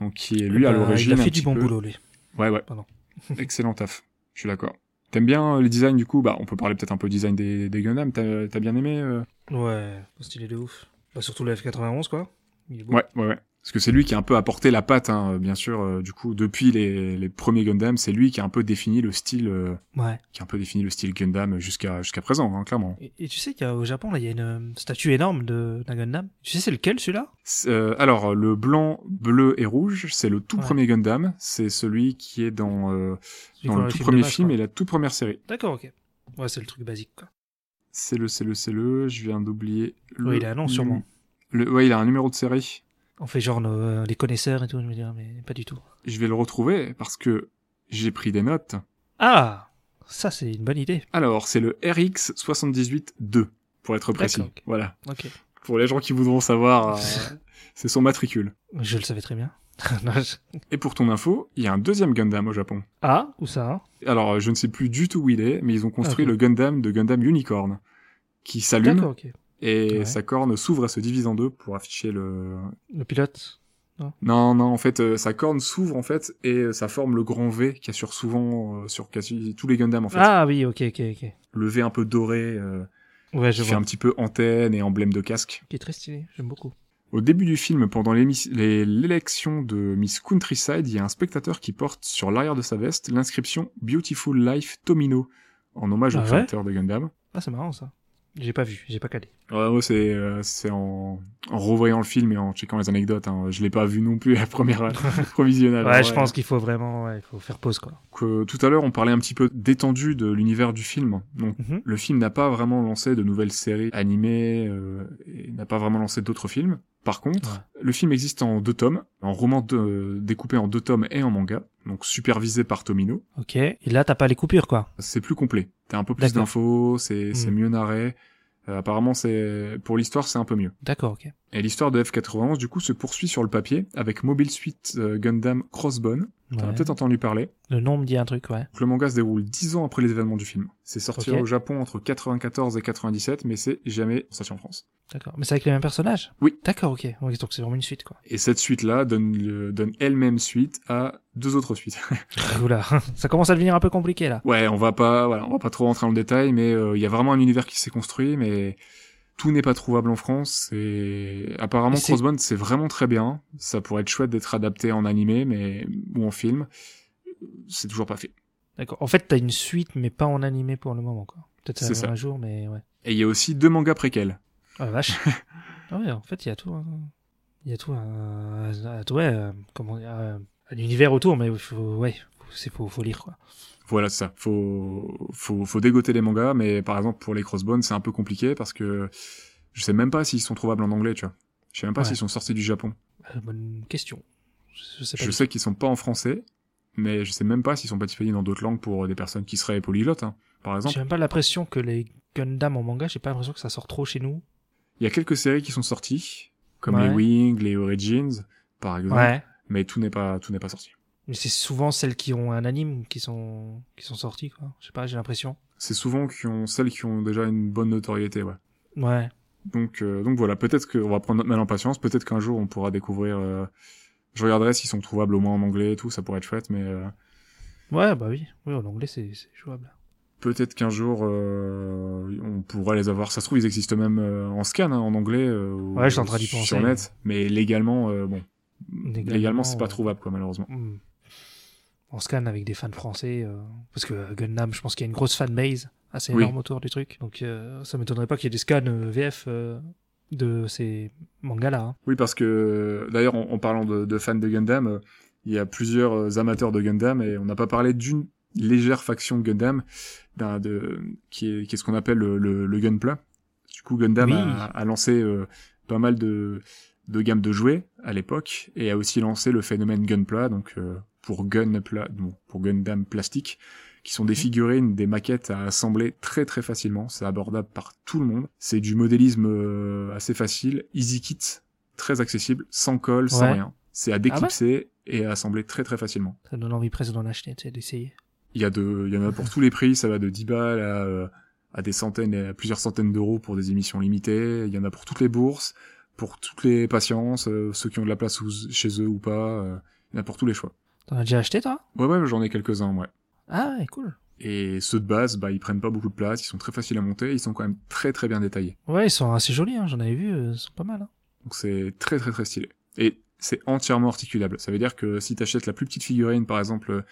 S6: Donc qui est lui à
S5: Bah,
S6: l'origine.
S5: Il a
S6: un
S5: fait du
S6: petit
S5: bon
S6: peu-
S5: boulot, lui.
S6: Ouais, ouais.
S5: Pardon.
S6: Excellent taf. Je suis d'accord. T'aimes bien euh, le design du coup Bah, on peut parler peut-être un peu design des, des Gundam. T'as t'as bien aimé euh
S5: Ouais, stylé de ouf. Bah, surtout le F91, quoi. Il est beau.
S6: Ouais, ouais, ouais. Parce que c'est lui qui a un peu apporté la patte, hein, bien sûr. euh, du coup, depuis les, les premiers Gundam, c'est lui qui a un peu défini le style, euh,
S5: Ouais.
S6: qui a un peu défini le style Gundam jusqu'à jusqu'à présent, hein, clairement.
S5: Et, et tu sais qu'au Japon, là, il y a une euh, statue énorme de d'un Gundam. Tu sais, c'est lequel celui-là
S6: C'est- euh, alors, le blanc, bleu et rouge, c'est le tout
S5: Ouais.
S6: premier Gundam. C'est celui qui est dans, euh,
S5: Celui
S6: dans
S5: qu'on a
S6: le tout
S5: de
S6: premier
S5: base,
S6: film
S5: quoi.
S6: et la toute première série.
S5: D'accord, ok. Ouais, c'est le truc basique, quoi.
S6: C'est le, c'est le, c'est le. Je viens d'oublier. Le...
S5: Oui, il est à Lens, sûrement.
S6: Le, ouais, il a un numéro de série.
S5: On fait genre nos, euh, les connaisseurs et tout, je me dis, ah, mais pas du tout.
S6: Je vais le retrouver parce que j'ai pris des notes.
S5: Ah Ça, c'est une bonne idée.
S6: Alors, c'est le RX78-2, pour être précis.
S5: D'accord.
S6: Voilà.
S5: Ok.
S6: Pour les gens qui voudront savoir, euh, c'est son matricule.
S5: Je le savais très bien. Non, je-
S6: Et pour ton info, il y a un deuxième Gundam au Japon.
S5: ah, où ça hein
S6: Alors, je ne sais plus du tout où il est, mais ils ont construit
S5: Ah, ok.
S6: le Gundam de Gundam Unicorn, qui s'allume
S5: D'accord, ok.
S6: et
S5: Ouais.
S6: sa corne s'ouvre et se divise en deux pour afficher le.
S5: Le pilote
S6: Non, non, en fait, euh, sa corne s'ouvre en fait et euh, ça forme le grand V qui assure souvent euh, sur quasi tous les Gundam en fait.
S5: Ah oui, ok, ok, ok.
S6: Le V un peu doré, euh,
S5: Ouais, je
S6: qui fait
S5: vois.
S6: un petit peu antenne et emblème de casque.
S5: Qui est très stylé, j'aime beaucoup.
S6: Au début du film, pendant l'émi- les- l'élection de Miss Countryside, il y a un spectateur qui porte sur l'arrière de sa veste l'inscription Beautiful Life Tomino, en hommage au
S5: Ah ouais
S6: créateur de Gundam.
S5: Ah, c'est marrant ça. J'ai pas vu, j'ai pas calé.
S6: Ouais, moi, c'est euh, c'est en, en revoyant le film et en checkant les anecdotes. Hein. Je l'ai pas vu non plus à la première le premier visionnage.
S5: Ouais,
S6: en
S5: je
S6: vrai.
S5: pense qu'il faut vraiment, ouais, il faut faire pause quoi.
S6: Donc, euh, tout à l'heure, on parlait un petit peu détendu de l'univers du film. Donc,
S5: Mhm.
S6: le film n'a pas vraiment lancé de nouvelles séries animées euh, et n'a pas vraiment lancé d'autres films. Par contre, le film existe en deux tomes, en roman de- découpé en deux tomes et en manga, donc supervisé par Tomino.
S5: Ok. Et là, t'as pas les coupures quoi.
S6: C'est plus complet. T'as un peu plus
S5: D'accord.
S6: d'infos, c'est c'est
S5: Mhm.
S6: mieux narré. Euh, apparemment, c'est pour l'histoire, c'est un peu mieux.
S5: D'accord, ok.
S6: Et l'histoire de F91, du coup, se poursuit sur le papier avec Mobile Suit euh, Gundam Crossbone. T'en as
S5: Ouais.
S6: peut-être entendu parler.
S5: Le nom me dit un truc, ouais.
S6: Donc, Le manga se déroule 10 ans après les événements du film. C'est sorti
S5: Ok.
S6: au Japon entre 94 et 97, mais c'est jamais sorti en France.
S5: D'accord. Mais c'est avec les mêmes personnages
S6: Oui.
S5: D'accord, ok. Ok, Donc c'est vraiment une suite quoi.
S6: Et cette suite-là donne, le- donne elle-même suite à deux autres suites.
S5: Oula, ça commence à devenir un peu compliqué là.
S6: ouais, on va pas, voilà, on va pas trop rentrer dans le détail, mais euh, il y a vraiment un univers qui s'est construit, mais tout n'est pas trouvable en France. Et apparemment,
S5: Et c'est-
S6: Crossbone, c'est vraiment très bien. Ça pourrait être chouette d'être adapté en animé, mais ou en film. C'est toujours pas fait.
S5: D'accord. En fait, t'as une suite, mais pas en animé pour le moment quoi. Peut-être ça
S6: C'est
S5: va
S6: ça.
S5: un jour, mais ouais.
S6: Et il y a aussi deux mangas préquels.
S5: Ah la vache. ah ouais, en fait, il y a tout. hein. Il y a tout un. un- un- Ouais, euh, comment dire, euh, un univers autour, mais il faut, ouais, faut- c'est faut, faut lire quoi.
S6: Voilà, c'est ça. Faut, faut, faut dégoter les mangas, mais par exemple, pour les Crossbones, c'est un peu compliqué parce que je sais même pas s'ils sont trouvables en anglais, tu vois. Je sais même pas
S5: Ouais.
S6: s'ils sont sortis du Japon.
S5: Euh, bonne question. Je sais pas.
S6: Je
S5: du-
S6: sais qu'ils sont pas en français, mais je sais même pas s'ils sont pas disponibles dans d'autres langues pour des personnes qui seraient polyglottes, hein. Par exemple,
S5: J'ai même pas l'impression que les Gundam en manga, j'ai pas l'impression que ça sort trop chez nous.
S6: il y a quelques séries qui sont sorties, comme les
S5: Ouais.
S6: Wings, les Origins, par exemple,
S5: Ouais.
S6: mais tout n'est pas, tout n'est pas sorti.
S5: Mais c'est souvent celles qui ont un anime qui sont qui sont sorties quoi. Je sais pas, j'ai l'impression.
S6: C'est souvent qui ont, celles qui ont déjà une bonne notoriété, ouais.
S5: Ouais.
S6: Donc, euh, donc voilà, peut-être qu'on va prendre notre mal en patience, peut-être qu'un jour on pourra découvrir... euh, je regarderai s'ils sont trouvables au moins en anglais et tout, ça pourrait être chouette, mais euh,
S5: Ouais, bah oui. Oui, en anglais c'est c'est jouable.
S6: peut-être qu'un jour euh, on pourra les avoir. Ça se trouve, ils existent même euh, en scan, hein, en anglais, euh, ou-
S5: Ouais, je suis en train d'y penser.
S6: sur net, mais légalement, euh, bon, légalement,
S5: Légalement,
S6: c'est
S5: euh,
S6: pas trouvable, quoi, malheureusement.
S5: Hmm. On scanne avec des fans français euh, parce que euh, Gundam, je pense qu'il y a une grosse fanbase assez
S6: Oui.
S5: énorme autour du truc. Donc euh, ça m'étonnerait pas qu'il y ait des scans euh, VF euh, de ces hein. mangas là.
S6: Oui, parce que euh, d'ailleurs, en, en parlant de, de fans de Gundam, euh, il y a plusieurs euh, amateurs de Gundam et on n'a pas parlé d'une légère faction Gundam, d'un de qui est, qui est ce qu'on appelle le, le, le gunpla. Du coup, Gundam
S5: Oui.
S6: a, a lancé euh, pas mal de, de gammes de jouets à l'époque et a aussi lancé le phénomène gunpla, donc euh, pour gunpla, non, pour Gundam plastique, qui
S5: Mhm.
S6: sont des figurines, des maquettes à assembler très très facilement. C'est abordable par tout le monde. C'est du modélisme euh, assez facile, easy kit, très accessible, sans colle, sans
S5: Ouais.
S6: rien. C'est à déclipser et à assembler très très facilement.
S5: Ça donne envie presque d'en acheter, tu sais, d'essayer.
S6: Il y, a de, il y en a pour tous les prix, ça va de 10 balles à, euh, à des centaines, et à plusieurs centaines d'euros pour des émissions limitées. Il y en a pour toutes les bourses, pour toutes les patiences, euh, ceux qui ont de la place ou- chez eux ou pas. euh, il y en a pour tous les choix.
S5: T'en as déjà acheté toi
S6: Ouais, ouais, j'en ai quelques-uns, ouais.
S5: Ah ouais, cool.
S6: Et ceux de base, bah, ils prennent pas beaucoup de place, ils sont très faciles à monter, ils sont quand même très très bien détaillés.
S5: Ouais, ils sont assez jolis, hein, j'en avais vu, euh, ils sont pas mal. hein.
S6: Donc c'est très très très stylé. Et c'est entièrement articulable. Ça veut dire que si t'achètes la plus petite figurine, par exemple,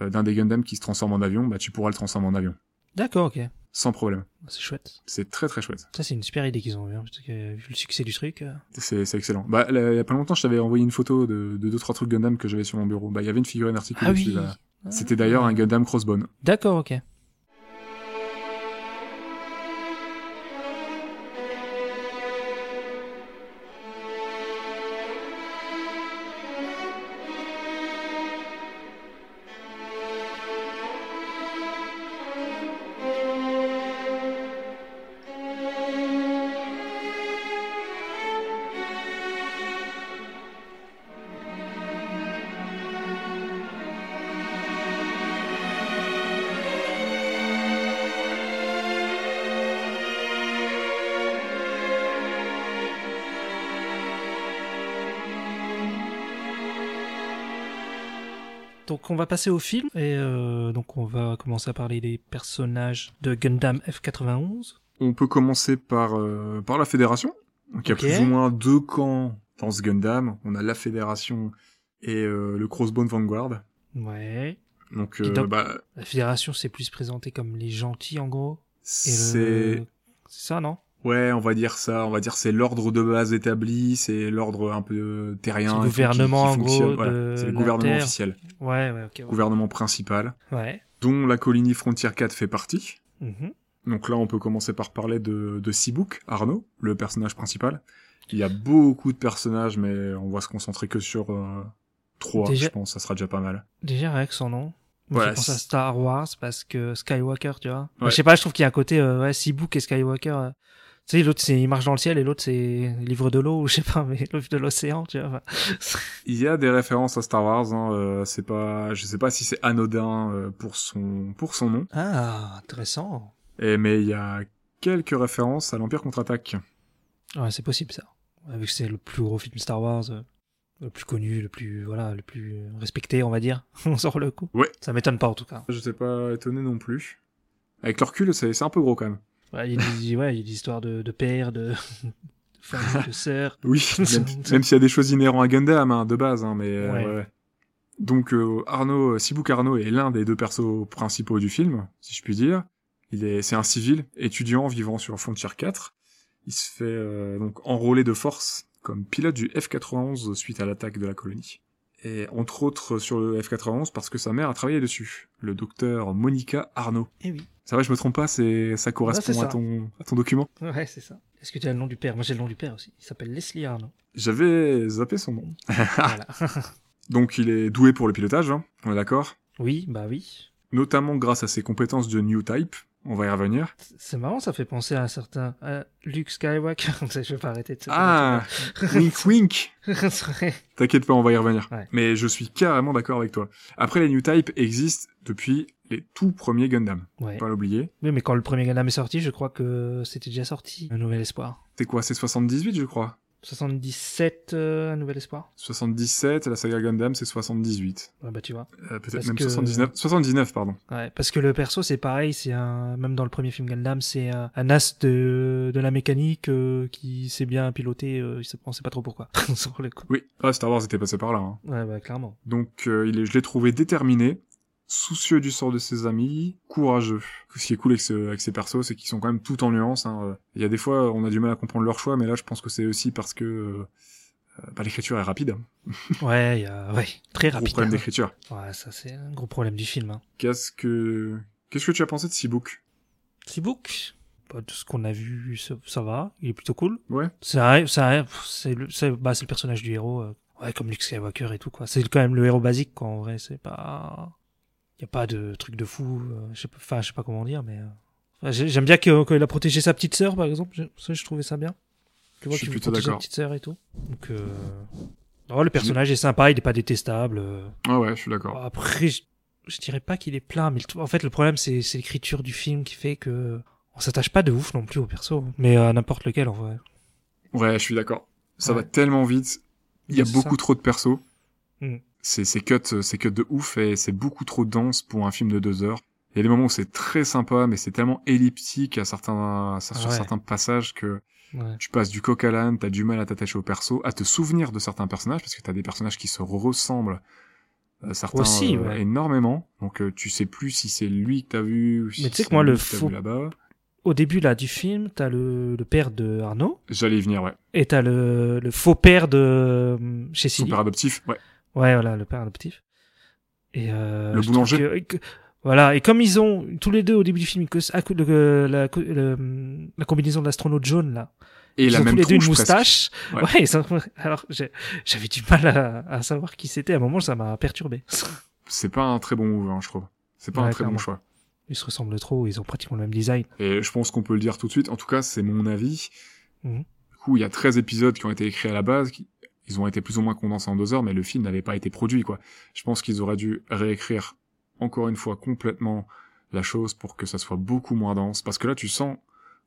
S6: euh, d'un des Gundam qui se transforme en avion, bah tu pourras le transformer en avion.
S5: D'accord, ok.
S6: Sans problème.
S5: C'est chouette.
S6: C'est très très chouette.
S5: Ça, c'est une super idée qu'ils ont eu, hein, parce que, euh, vu le succès du truc. euh,
S6: C'est c'est excellent. Bah, là, il y a pas longtemps, je t'avais envoyé une photo de, de deux trois trucs Gundam que j'avais sur mon bureau. Bah, il y avait une figurine articulée
S5: Ah
S6: dessus,
S5: oui
S6: là. C'était d'ailleurs un Gundam Crossbone.
S5: D'accord, ok. Donc on va passer au film et euh, donc on va commencer à parler des personnages de Gundam F91.
S6: On peut commencer par, euh, par la Fédération. Donc il y a
S5: Ok.
S6: plus ou moins deux camps dans ce Gundam. On a la Fédération et euh, le Crossbone Vanguard.
S5: Ouais.
S6: Donc
S5: Qui
S6: euh,
S5: donc-
S6: bah,
S5: La Fédération c'est plus présenté comme les gentils en gros. Et le-
S6: c'est...
S5: C'est ça non
S6: Ouais, on va dire ça. On va dire c'est l'ordre de base établi, c'est l'ordre un peu euh,
S5: C'est
S6: terrien.
S5: le
S6: qui- qui-
S5: gouvernement,
S6: qui
S5: en
S6: fonctionne.
S5: gros,
S6: Voilà,
S5: de
S6: C'est le
S5: la
S6: gouvernement
S5: Terre.
S6: officiel,
S5: Ouais ouais ok. Ouais.
S6: gouvernement principal,
S5: ouais.
S6: dont la colonie Frontière 4 fait partie.
S5: Mhm.
S6: Donc là, on peut commencer par parler de, de Seabook, Arnaud, le personnage principal. Il y a beaucoup de personnages, mais on va se concentrer que sur euh, trois,
S5: Déjà-
S6: je pense. Ça sera déjà pas mal.
S5: Déjà rien que son nom. Moi,
S6: Ouais,
S5: je pense à
S6: c'est-
S5: Star Wars parce que Skywalker, tu vois.
S6: Ouais.
S5: Je sais pas, je trouve qu'il y a un côté euh, ouais, Seabook et Skywalker. euh. Tu sais, l'autre c'est il marche dans le ciel et l'autre c'est livre de l'eau ou je sais pas, mais livre de l'océan, tu vois. enfin.
S6: Il y a des références à Star Wars. Hein, euh, c'est pas, je sais pas si c'est anodin euh, pour son pour son nom,
S5: Ah, intéressant.
S6: et, mais il y a quelques références à l'Empire contre-attaque.
S5: Ouais, c'est possible ça. Ouais, Vu que c'est le plus gros film Star Wars, euh, le plus connu, le plus voilà, le plus euh, respecté, on va dire. on sort le coup.
S6: Ouais.
S5: Ça m'étonne pas en tout cas.
S6: Je sais pas étonné non plus. Avec le recul, c'est c'est un peu gros quand même.
S5: Ouais, il y a ouais, il y a des histoires de, de père, de de famille, de sœur.
S6: Oui, même, même s'il y a des choses inhérentes à Gundam hein, de base, hein, mais euh,
S5: Ouais.
S6: ouais. Donc euh, Arnaud, Sibuk Arnaud est l'un des deux persos principaux du film, si je puis dire. Il est, c'est un civil, étudiant vivant sur Frontier 4. Il se fait euh, donc enrôler de force comme pilote du F-91 suite à l'attaque de la colonie. Et entre autres euh, sur le F-91 parce que sa mère a travaillé dessus, le docteur Monica Arnaud.
S5: Eh oui. Bah,
S6: Ça va, je me trompe pas, c'est ça correspond
S5: ça.
S6: à ton à ton document.
S5: Ouais, c'est ça. Est-ce que tu as le nom du père Moi j'ai le nom du père aussi. Il s'appelle Leslie Arnaud.
S6: J'avais zappé son nom.
S5: Voilà.
S6: Donc il est doué pour le pilotage, hein, on est d'accord
S5: Oui, bah oui.
S6: Notamment grâce à ses compétences de New Type, on va y revenir.
S5: C'est c'est marrant, ça fait penser à un certain à Luke Skywalker. Je vais pas arrêter de se
S6: Ah Wink wink
S5: Ouais.
S6: T'inquiète pas, on va y revenir.
S5: Ouais.
S6: Mais je suis carrément d'accord avec toi. Après, les New Type existent depuis les tout premiers Gundam,
S5: Ouais.
S6: pas l'oublier.
S5: Oui, mais quand le premier Gundam est sorti, je crois que c'était déjà sorti. Un nouvel espoir.
S6: C'est quoi C'est 78, je crois
S5: 77, euh, un nouvel espoir.
S6: 77, la saga Gundam, c'est 78.
S5: Ouais, bah tu vois.
S6: Euh, Peut-être
S5: Parce
S6: même
S5: que-
S6: 79. 79, pardon.
S5: Ouais, parce que le perso, c'est pareil, c'est un, même dans le premier film Gundam, c'est un, un as de, de la mécanique euh, qui sait bien piloter, euh, il sait- on sait pas trop pourquoi. Sur le coup.
S6: Oui, ah, Star Wars était passé par là. hein.
S5: Ouais, bah clairement.
S6: Donc euh, il est, je l'ai trouvé déterminé, soucieux du sort de ses amis, courageux. Ce qui est cool avec, ce- avec ces persos, c'est qu'ils sont quand même tout en nuance. hein, euh. Il y a des fois, on a du mal à comprendre leur choix, mais là, je pense que c'est aussi parce que euh, euh, bah, l'écriture est rapide.
S5: Ouais, il y a- ouais, très
S6: Gros
S5: rapide. hein.
S6: problème d'écriture.
S5: Ouais, ça c'est un gros problème du film. Hein.
S6: Qu'est-ce que qu'est-ce que tu as pensé de Seabook
S5: Seabook, bah, tout ce qu'on a vu, ça, ça va, il est plutôt cool.
S6: Ouais.
S5: Ça, ça, c'est le, c'est, bah, c'est le personnage du héros, euh, ouais, comme Luke Skywalker et tout quoi. C'est quand même le héros basique quoi. En vrai, c'est pas, y a pas de truc de fou. euh, je sais pas, enfin, je sais pas comment dire, mais euh, enfin, j'ai- j'aime bien que- qu'il a protégé sa petite sœur par exemple. Je- Ça, je trouvais ça bien. Tu vois
S6: Je suis
S5: qu'il veut
S6: plutôt
S5: protéger sa
S6: d'accord.
S5: petite sœur et tout. Donc, euh... ouais, le personnage est sympa, il est pas détestable. euh,
S6: Ah ouais, je suis d'accord.
S5: après, je, je dirais pas qu'il est plein, mais le t- en fait, le problème, c'est c'est l'écriture du film qui fait que on s'attache pas de ouf non plus au perso, hein. mais à n'importe lequel en vrai.
S6: Ouais, je suis d'accord. Ça
S5: Ouais.
S6: va tellement vite. Il y a
S5: C'est
S6: beaucoup
S5: ça.
S6: trop de persos.
S5: Mm.
S6: C'est c'est cut, euh, c'est cut de ouf et c'est beaucoup trop dense pour un film de deux heures. Il y a des moments où c'est très sympa, mais c'est tellement elliptique à certains, à- sur
S5: Ouais.
S6: certains passages que
S5: Ouais.
S6: tu passes du coq à l'âne, t'as du mal à t'attacher aux perso, à te souvenir de certains personnages parce que t'as des personnages qui se ressemblent euh, certains
S5: Aussi,
S6: euh,
S5: ouais.
S6: énormément. Donc euh, tu sais plus si c'est lui que t'as vu, ou si
S5: Mais tu sais que
S6: c'est
S5: moi,
S6: lui
S5: le
S6: que t'as
S5: faux-
S6: vu là-bas.
S5: Au début là du film, t'as le, le père de Arnaud
S6: J'allais y venir, ouais.
S5: et t'as le, le faux père de euh, chez
S6: Son
S5: Silly.
S6: père adoptif, ouais.
S5: Ouais, voilà, le père adoptif. Et euh,
S6: Le
S5: je trouve
S6: boulanger.
S5: que- que- voilà, et comme ils ont tous les deux au début du film, que- à coup de- euh, la, co- le- la combinaison de l'astronaute jaune là,
S6: Et
S5: ils
S6: la
S5: ont
S6: même
S5: tous les deux une
S6: tronche, presque.
S5: moustache.
S6: Ouais.
S5: Ouais. ils ont- Alors j'ai- j'avais du mal à, à savoir qui c'était. À un moment, ça m'a perturbé.
S6: c'est pas un très bon move, hein, je trouve. C'est pas
S5: Ouais,
S6: un très
S5: clairement.
S6: bon choix.
S5: Ils se ressemblent trop. Ils ont pratiquement le même design.
S6: Et je pense qu'on peut le dire tout de suite. En tout cas, c'est mon avis.
S5: Mhm.
S6: Du coup, il y a 13 épisodes qui ont été écrits à la base. qui- Ils ont été plus ou moins condensés en deux heures, mais le film n'avait pas été produit, quoi. Je pense qu'ils auraient dû réécrire encore une fois complètement la chose pour que ça soit beaucoup moins dense. Parce que là, tu sens,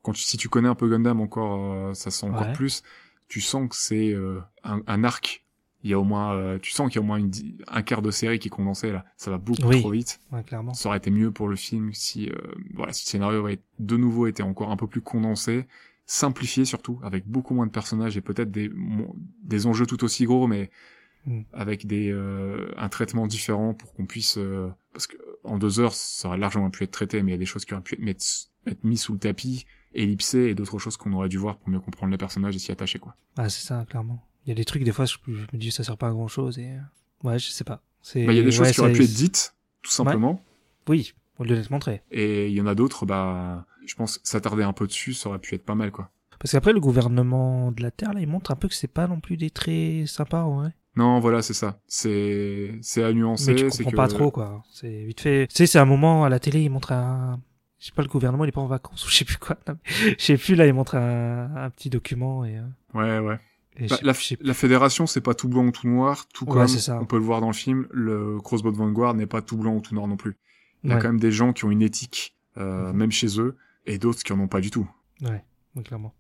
S6: quand tu- si tu connais un peu Gundam encore, euh, ça sent encore
S5: Ouais.
S6: plus, tu sens que c'est euh, un, un arc il y a au moins, euh, tu sens qu'il y a au moins une di- un quart de série qui est condensé là. Ça va beaucoup
S5: Oui.
S6: trop vite.
S5: Ouais, clairement.
S6: Ça aurait été mieux pour le film si, euh, voilà, si le scénario avait de nouveau été encore un peu plus condensé, simplifié surtout, avec beaucoup moins de personnages et peut-être des mo- des enjeux tout aussi gros, mais
S5: Mm.
S6: avec des euh, un traitement différent pour qu'on puisse, euh, parce que en deux heures, ça aurait largement pu être traité, mais il y a des choses qui auraient pu être, mettre- être mises sous le tapis, ellipsées et d'autres choses qu'on aurait dû voir pour mieux comprendre les personnages et s'y attacher quoi.
S5: Ah, c'est ça, clairement. Il y a des trucs, des fois, je, je me dis, ça sert pas à grand chose et, euh, ouais, je sais pas. C'est,
S6: Bah, il y a des choses
S5: ouais,
S6: qui auraient
S5: ça-
S6: pu être dites, tout simplement.
S5: Oui, au lieu d'être montré.
S6: Et il y en a d'autres, bah, je pense s'attarder un peu dessus, ça aurait pu être pas mal, quoi.
S5: Parce qu'après, le gouvernement de la Terre, là, il montre un peu que c'est pas non plus des traits sympas, ouais.
S6: Non, voilà, c'est ça. C'est, c'est à nuancer.
S5: Mais tu
S6: c'est
S5: comprends
S6: que-
S5: pas trop, quoi. C'est vite fait. Tu sais, c'est un moment à la télé, il montre un. Je sais pas, le gouvernement, il est pas en vacances ou je sais plus quoi. Non, mais Je sais plus, là, il montre un, un petit document et. euh,
S6: Ouais, ouais.
S5: et je
S6: Bah,
S5: sais-
S6: la,
S5: je sais-
S6: la fédération, c'est pas tout blanc ou tout noir, tout
S5: Ouais,
S6: comme
S5: c'est ça.
S6: on peut le voir dans le film. Le Crossbow Vanguard n'est pas tout blanc ou tout noir non plus. Il y a
S5: ouais,
S6: quand même des gens qui ont une éthique, euh, même chez eux, et d'autres qui en ont pas du tout.
S5: ouais, ouais, clairement.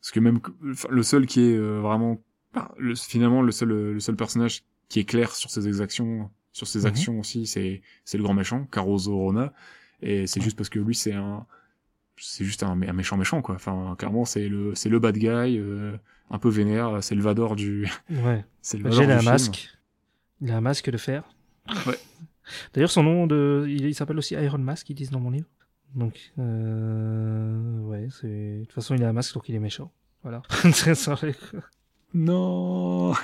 S6: Parce que même que- enfin, le seul qui est euh, vraiment, bah, le- finalement, le seul, le seul personnage qui est clair sur ses exactions, sur ses
S5: Mhm.
S6: actions aussi, c'est, c'est le grand méchant, Caruso Rona. Et c'est juste parce que lui, c'est un, c'est juste un, mé- un méchant méchant, quoi. Enfin, clairement, c'est le, c'est le bad guy, euh, un peu vénère, c'est le vador du,
S5: Ouais.
S6: c'est le vador
S5: J'ai
S6: du
S5: un
S6: film.
S5: masque. Il a un masque de fer.
S6: Ouais.
S5: D'ailleurs, son nom de, il, il s'appelle aussi Iron Mask, ils disent dans mon livre. Donc, euh, ouais, c'est, de toute façon, il a un masque, donc il est méchant. Voilà. C'est ça, les-
S6: Non!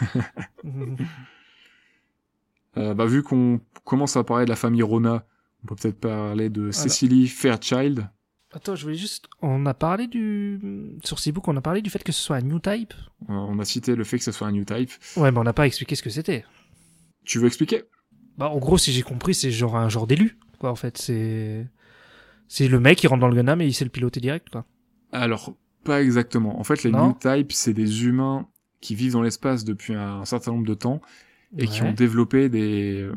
S6: Euh, bah, vu qu'on commence à parler de la famille Rona, on peut peut-être parler de Cecily Fairchild.
S5: Attends, je voulais juste, on a parlé du, sur Seabook, on a parlé du fait que ce soit un new type.
S6: Euh, On a cité le fait que ce soit un new type.
S5: Ouais, mais on n'a pas expliqué ce que c'était.
S6: Tu veux expliquer?
S5: Bah, en gros, si j'ai compris, c'est genre un genre d'élu, quoi, en fait. C'est, c'est le mec qui rentre dans le Gundam et il sait le piloter direct, quoi.
S6: Alors, pas exactement. En fait, les
S5: Non
S6: New Type, c'est des humains qui vivent dans l'espace depuis un, un certain nombre de temps et qui
S5: Ouais.
S6: ont développé des... euh,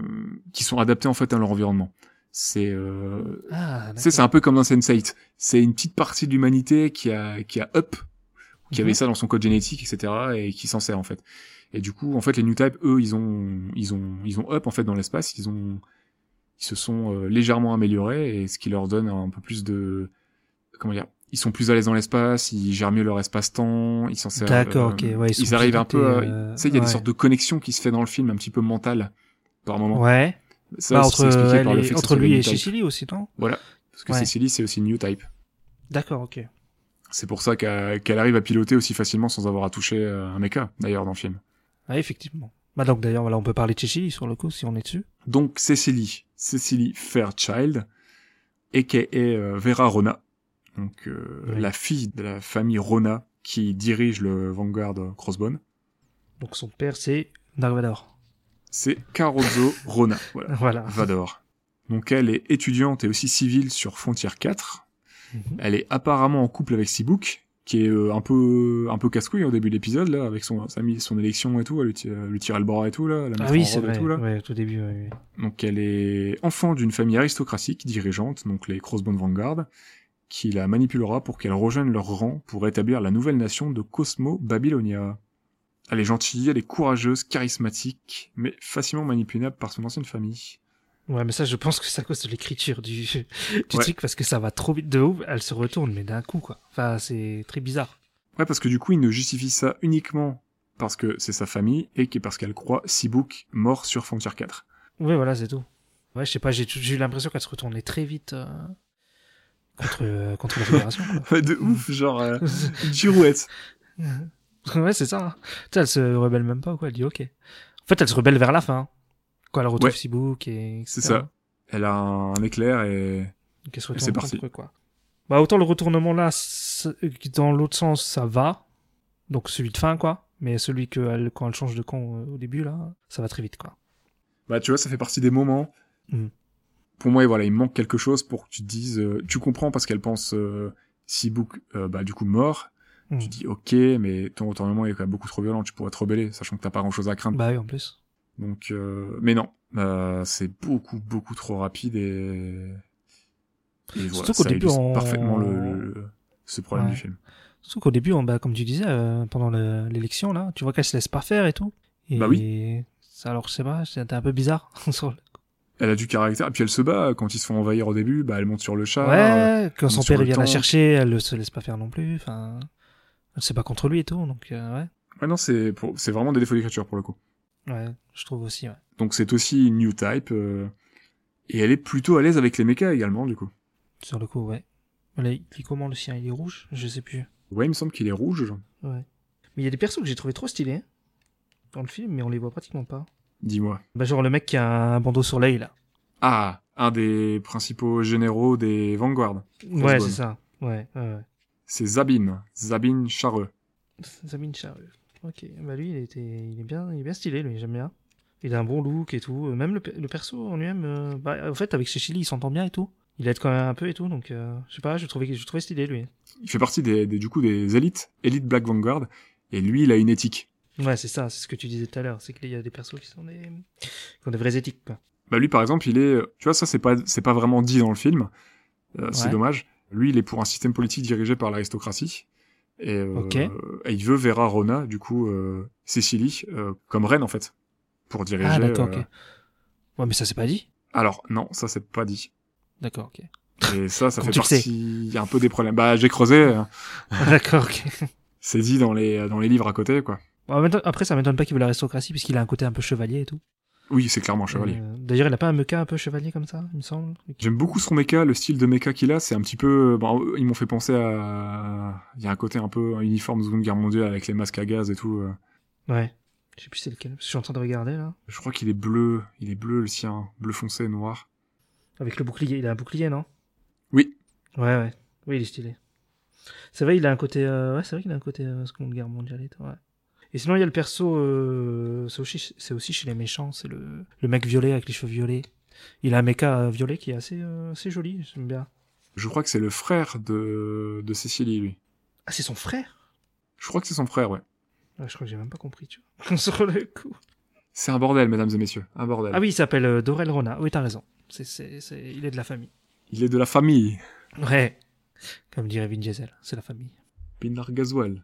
S6: qui sont adaptés en fait à leur environnement. C'est euh,
S5: Ah,
S6: tu sais, c'est un peu comme dans Sense8. C'est une petite partie de l'humanité qui a, qui a up, qui avait
S5: Mhm.
S6: ça dans son code génétique, etc., et qui s'en sert, en fait. Et du coup, en fait, les New Type, eux, ils ont, ils ont, ils ont up, en fait, dans l'espace. Ils ont, ils se sont euh, légèrement améliorés, et ce qui leur donne un peu plus de, comment dire, ils sont plus à l'aise dans l'espace, ils gèrent mieux leur espace-temps, ils s'en servent.
S5: D'accord,
S6: euh,
S5: ok, ouais, ils
S6: Ils
S5: sont
S6: arrivent un peu, à-
S5: pilotés, euh,
S6: tu sais, il y a
S5: ouais.
S6: des sortes de connexions qui se fait dans le film, un petit peu mentales, par moment.
S5: Ouais.
S6: Ça,
S5: Bah,
S6: c'est
S5: entre,
S6: expliqué
S5: elle
S6: par le
S5: et-
S6: fait que ça
S5: entre
S6: soit des
S5: lui
S6: New
S5: et
S6: Type.
S5: Cécilie aussi, non
S6: Voilà. Parce que
S5: Ouais.
S6: Cécilie, c'est aussi une New Type.
S5: D'accord, ok.
S6: C'est pour ça qu'a- qu'elle arrive à piloter aussi facilement sans avoir à toucher euh, un mecha, d'ailleurs, dans le film.
S5: Ouais, effectivement. Bah donc d'ailleurs, voilà, on peut parler de Cécilie sur le coup si on est dessus.
S6: Donc, Cécilie, Cécilie Fairchild, a.k.a. euh, Vera Rona, donc euh,
S5: Oui.
S6: la fille de la famille Rona qui dirige le Vanguard Crossbone,
S5: Donc son père, c'est Dark Vador.
S6: c'est Carozzo Rona, voilà,
S5: Voilà.
S6: Vador. Donc, elle est étudiante et aussi civile sur Frontier 4.
S5: Mhm.
S6: Elle est apparemment en couple avec Seabook, qui est euh, un peu un peu casse-couille au début de l'épisode là, avec son sa mi- son élection et tout, à lui, ti- euh, lui tirer le bras et tout là, la
S5: Ah
S6: mettre en
S5: oui, c'est
S6: robe et
S5: vrai.
S6: tout là.
S5: ouais, tout début, ouais, ouais.
S6: Donc elle est enfant d'une famille aristocratique dirigeante, donc les Crossbone Vanguard, qui la manipulera pour qu'elle rejoigne leur rang pour établir la nouvelle nation de Cosmo Babylonia. Elle est gentille, elle est courageuse, charismatique, mais facilement manipulable par son ancienne famille.
S5: Ouais, mais ça, je pense que c'est à cause de l'écriture du, du
S6: Ouais.
S5: truc parce que ça va trop vite de ouf. Elle se retourne, mais d'un coup, quoi. Enfin, c'est très bizarre.
S6: Ouais, parce que du coup, il ne justifie ça uniquement parce que c'est sa famille et que- parce qu'elle croit Seabook mort sur Frontier 4.
S5: Ouais, voilà, c'est tout. Ouais, je sais pas, j'ai j'ai eu l'impression qu'elle se retournait très vite euh, contre euh, contre la fédération. quoi.
S6: Ouais, de ouf, genre, euh, une girouette.
S5: ouais, c'est ça. hein. Tu sais, elle se rebelle même pas, quoi. Elle dit OK. En fait, elle se rebelle vers la fin. hein. Quand elle retrouve
S6: Ouais.
S5: Seabook et etc.
S6: C'est ça. Elle a un éclair et...
S5: Donc, elle se
S6: c'est
S5: retourne
S6: parti.
S5: contre eux, quoi. Bah, autant le retournement là, c'est- dans l'autre sens, ça va. Donc, celui de fin, quoi. Mais celui que elle- quand elle change de camp euh, au début, là, ça va très vite, quoi.
S6: Bah, tu vois, ça fait partie des moments.
S5: Mhm.
S6: Pour moi, voilà, il manque quelque chose pour que tu te dises... euh, tu comprends parce qu'elle pense euh, Seabook, euh, bah, du coup, mort.
S5: Mhm.
S6: Tu dis, ok, mais ton retournement est quand même beaucoup trop violent, tu pourrais te rebeller, sachant que t'as pas grand-chose à craindre.
S5: Bah oui, en plus.
S6: Donc, euh, mais non, euh, c'est beaucoup, beaucoup trop rapide et, et voilà,
S5: Surtout qu'au
S6: ça
S5: début,
S6: illustre
S5: on-
S6: parfaitement le, le- le- ce problème
S5: Ouais.
S6: du film.
S5: Sauf qu'au début, on- bah, comme tu disais, euh, pendant le- l'élection, là, tu vois qu'elle se laisse pas faire et tout. Et
S6: Bah
S5: ça, Alors, je sais pas, c'était un peu bizarre. sur le-
S6: Elle a du caractère. Puis elle se bat quand ils se font envahir au début. Bah elle monte sur le char. euh,
S5: ouais, quand
S6: on
S5: son
S6: sur
S5: père
S6: le
S5: il vient la
S6: temps.
S5: chercher, elle le- se laisse pas faire non plus. Enfin, elle se bat contre lui et tout, donc euh, ouais.
S6: ouais, non, c'est pour- c'est vraiment des défauts d'écriture pour le coup.
S5: Ouais, je trouve aussi, ouais.
S6: Donc c'est aussi une new type. euh, Et elle est plutôt à l'aise avec les mechas également du coup.
S5: Sur le coup, ouais. Là, il il est comment le sien Il est rouge Je sais plus.
S6: Ouais, il me semble qu'il est rouge.
S5: Mais il y a des persos que j'ai trouvé trop stylés hein, dans le film, mais on les voit pratiquement pas.
S6: Dis-moi.
S5: Bah, genre le mec qui a un bandeau sur l'œil, là.
S6: Ah, un des principaux généraux des Vanguard.
S5: Ouais,
S6: Osborne.
S5: c'est ça. Ouais, ouais, ouais.
S6: C'est Zabin. Zabin Chareux.
S5: Zabine Charles. Ok, bah lui, il, était... il, est bien... il est bien stylé, lui, j'aime bien. Il a un bon look et tout. Euh, Même le, pe- le perso en lui-même, euh, bah, en fait, avec Chéchili, il s'entend bien et tout. Il aide quand même un peu et tout, donc euh, je sais pas, je trouvais, je trouvais stylé, lui.
S6: Il fait partie des, des- du coup des élites, élite Black Vanguard. Et lui, il a une éthique.
S5: Ouais, c'est ça, c'est ce que tu disais tout à l'heure. C'est qu'il y a des persos qui sont des, qui ont des vraies éthiques, quoi.
S6: Bah lui, par exemple, il est. Tu vois, ça c'est pas c'est pas vraiment dit dans le film. Euh, C'est
S5: Ouais.
S6: dommage. Lui, il est pour un système politique dirigé par l'aristocratie. Et, euh,
S5: Ok.
S6: et il veut Vera Rona, du coup, euh, Cécilie, euh, comme reine en fait, pour diriger.
S5: Ah, d'accord,
S6: euh,
S5: ok. Ouais, mais ça, c'est pas dit.
S6: Alors non, ça c'est pas dit.
S5: D'accord, ok.
S6: Et ça, ça
S5: Comment
S6: fait
S5: tu le sais
S6: partie un peu des problèmes. Bah j'ai creusé. euh,
S5: D'accord, ok.
S6: C'est dit dans les dans les livres à côté, quoi.
S5: Bon, Bah, en même temps, après, ça m'étonne pas qu'il veut l'aristocratie, puisqu'il a un côté un peu chevalier et tout.
S6: Oui, c'est clairement un chevalier.
S5: Euh, D'ailleurs, il a pas un mecha un peu chevalier comme ça, il me semble
S6: J'aime beaucoup son mecha, le style de mecha qu'il a, c'est un petit peu... Bon, ils m'ont fait penser à... Il y a un côté un peu uniforme de Seconde Guerre mondiale avec les masques à gaz et tout. euh.
S5: Ouais. Je sais plus c'est lequel, parce que je suis en train de regarder, là.
S6: Je crois qu'il est bleu, il est bleu le sien, bleu foncé, noir.
S5: Avec le bouclier, il a un bouclier, non
S6: Oui.
S5: Ouais, ouais. Oui, il est stylé. C'est vrai, il a un côté... euh, Ouais, c'est vrai qu'il a un côté euh, Seconde Guerre mondiale et tout, ouais. Et sinon, il y a le perso... euh, C'est aussi, c'est aussi chez les méchants, c'est le... le mec violet avec les cheveux violets. Il a un mecha euh, violet qui est assez, euh, assez joli, j'aime bien.
S6: Je crois que c'est le frère de... de Cécilie, lui.
S5: Ah, c'est son frère
S6: Je crois que c'est son frère, ouais.
S5: Ouais, Je crois que j'ai même pas compris, tu vois. Sur le coup.
S6: C'est un bordel, mesdames et messieurs, un bordel.
S5: Ah oui, il s'appelle euh, Dorel Rona. Oui, t'as raison. C'est, c'est, c'est... Il est de la famille.
S6: Il est de la famille.
S5: Ouais. Comme dirait Vin Diesel, c'est la famille.
S6: Pinar Gasoil.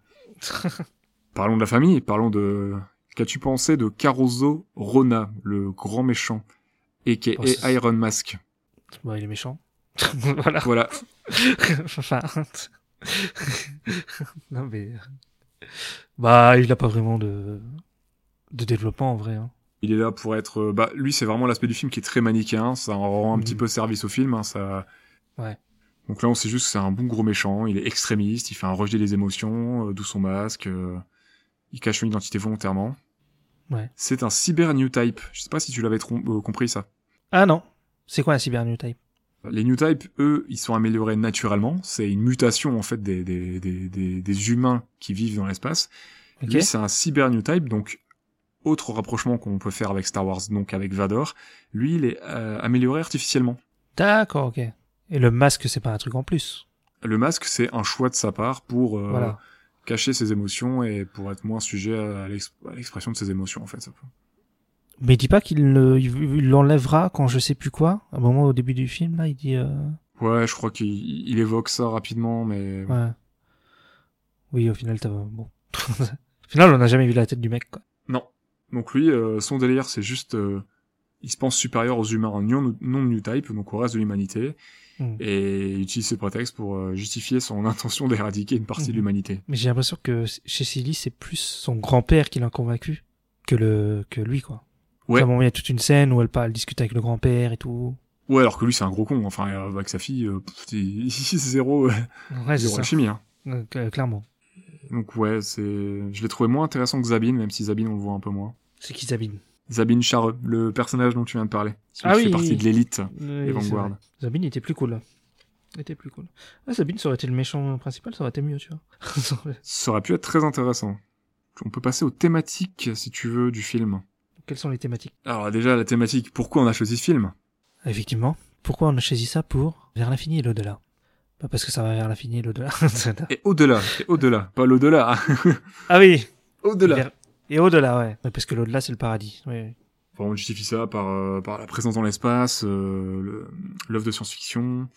S6: parlons de la famille, parlons de... Qu'as-tu pensé de Caruso Rona, le grand méchant, et qui
S5: Oh, c'est-
S6: Iron Mask
S5: Bah, il est méchant. voilà.
S6: Voilà,
S5: enfin. non, mais. euh, Bah, il a pas vraiment de. de développement en vrai. Hein.
S6: Il est là pour être. euh, Bah, lui, c'est vraiment l'aspect du film qui est très manichéen. Ça en rend un
S5: Mhm.
S6: petit peu service au film. hein, ça.
S5: Ouais.
S6: Donc là, on sait juste que c'est un bon gros méchant. Il est extrémiste. Il fait un rejet des émotions, euh, d'où son masque. euh, il cache son identité volontairement.
S5: Ouais.
S6: C'est un cyber new type. Je sais pas si tu l'avais trom- euh, compris ça.
S5: Ah non. C'est quoi un cyber new type
S6: Les new types, eux, ils sont améliorés naturellement. C'est une mutation en fait des des, des, des, des humains qui vivent dans l'espace.
S5: Ok.
S6: Lui, c'est un cyber new type, donc autre rapprochement qu'on peut faire avec Star Wars, donc avec Vador. Lui, il est euh, amélioré artificiellement.
S5: D'accord, ok. Et le masque, c'est pas un truc en plus.
S6: Le masque, c'est un choix de sa part pour euh,
S5: Voilà.
S6: cacher ses émotions et pour être moins sujet à l'ex- à l'expression de ses émotions, en fait.
S5: Mais dis pas qu'il le- il- il l'enlèvera quand je sais plus quoi. À un moment au début du film, là, il dit. euh,
S6: Ouais, je crois qu'il il évoque ça rapidement, mais
S5: Ouais. Oui, au final, t'as. Bon. au final, on n'a jamais vu la tête du mec, quoi.
S6: non. Donc lui, euh, son délire, c'est juste... euh, il se pense supérieur aux humains non, non new type, donc au reste de l'humanité,
S5: Mm.
S6: et il utilise ce prétexte pour euh, justifier son intention d'éradiquer une partie
S5: Mhm.
S6: de l'humanité.
S5: Mais j'ai l'impression que c- chez Silly, c'est plus son grand-père qui l'a convaincu que le que lui, quoi.
S6: Ouais.
S5: Enfin, bon, il y a toute une scène où elle parle, discute avec le grand-père et tout.
S6: Ouais, alors que lui, c'est un gros con. Enfin, euh, avec sa fille, euh, pff, il- c'est zéro, euh,
S5: Ouais, c'est
S6: zéro
S5: ça.
S6: alchimie. Hein.
S5: Donc, euh, clairement.
S6: Donc ouais, c'est, je l'ai trouvé moins intéressant que Zabine, même si Zabine, on le voit un peu moins.
S5: C'est qui Zabine
S6: Zabine Chareux, le personnage dont tu viens de parler. Celui
S5: Ah
S6: qui
S5: oui.
S6: fait partie de l'élite.
S5: Les
S6: Vanguard.
S5: Euh, Zabine était plus cool. Il était plus cool. Ah, Sabine, ça aurait été le méchant principal, ça aurait été mieux, tu vois.
S6: Ça aurait pu être très intéressant. On peut passer aux thématiques, si tu veux, du film.
S5: Quelles sont les thématiques
S6: Alors déjà, la thématique, pourquoi on a choisi ce film
S5: Effectivement. Pourquoi on a choisi ça pour Vers l'infini et l'au-delà Pas parce que ça va vers l'infini et l'au-delà.
S6: Et au-delà, et au-delà, pas l'au-delà, hein.
S5: ah oui
S6: au-delà.
S5: Vers- Et au-delà, ouais. Ouais, Parce que l'au-delà, c'est le paradis. Oui, oui.
S6: Enfin, on justifie ça par, euh, par la présence dans l'espace, euh, le- l'œuvre de science-fiction,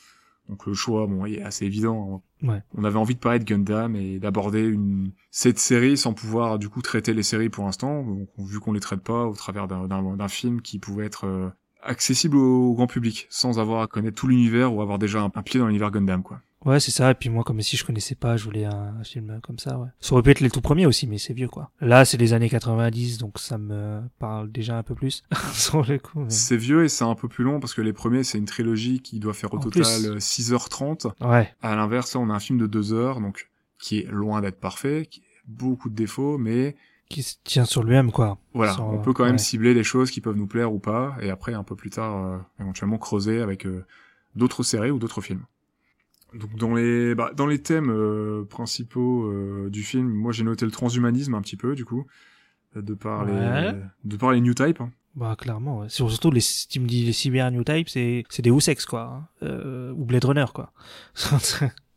S6: Donc le choix, bon, il est assez évident. hein.
S5: Ouais.
S6: On avait envie de parler de Gundam et d'aborder une cette série sans pouvoir du coup traiter les séries pour l'instant, donc, vu qu'on les traite pas au travers d'un- d'un d'un film qui pouvait être euh, accessible au, au grand public sans avoir à connaître tout l'univers ou avoir déjà un, un pied dans l'univers Gundam quoi.
S5: Ouais, c'est ça. Et puis moi, comme si je connaissais pas, je voulais un, un film comme ça. Ouais. Ça aurait pu être les tout premiers aussi, mais c'est vieux quoi. Là, c'est les années 90, donc ça me parle déjà un peu plus sur le coup. mais-
S6: C'est vieux et c'est un peu plus long parce que les premiers c'est une trilogie qui doit faire au
S5: En
S6: total
S5: plus.
S6: euh, 6h30.
S5: Ouais,
S6: À l'inverse, là, on a un film de 2 heures donc qui est loin d'être parfait, qui a beaucoup de défauts mais
S5: qui se tient sur lui-même quoi.
S6: Voilà,
S5: Sans-
S6: on peut quand même
S5: ouais.
S6: cibler des choses qui peuvent nous plaire ou pas, et après un peu plus tard euh, éventuellement creuser avec euh, d'autres séries ou d'autres films. Donc dans les bah, dans les thèmes euh, principaux euh, du film, moi j'ai noté le transhumanisme un petit peu du coup euh, de par
S5: Ouais.
S6: les de par les new types. hein.
S5: Bah clairement, ouais. Sur- surtout les, si tu me dis les cyber new type, c'est c'est des Deus Ex quoi, hein. Euh, ou Blade Runner quoi.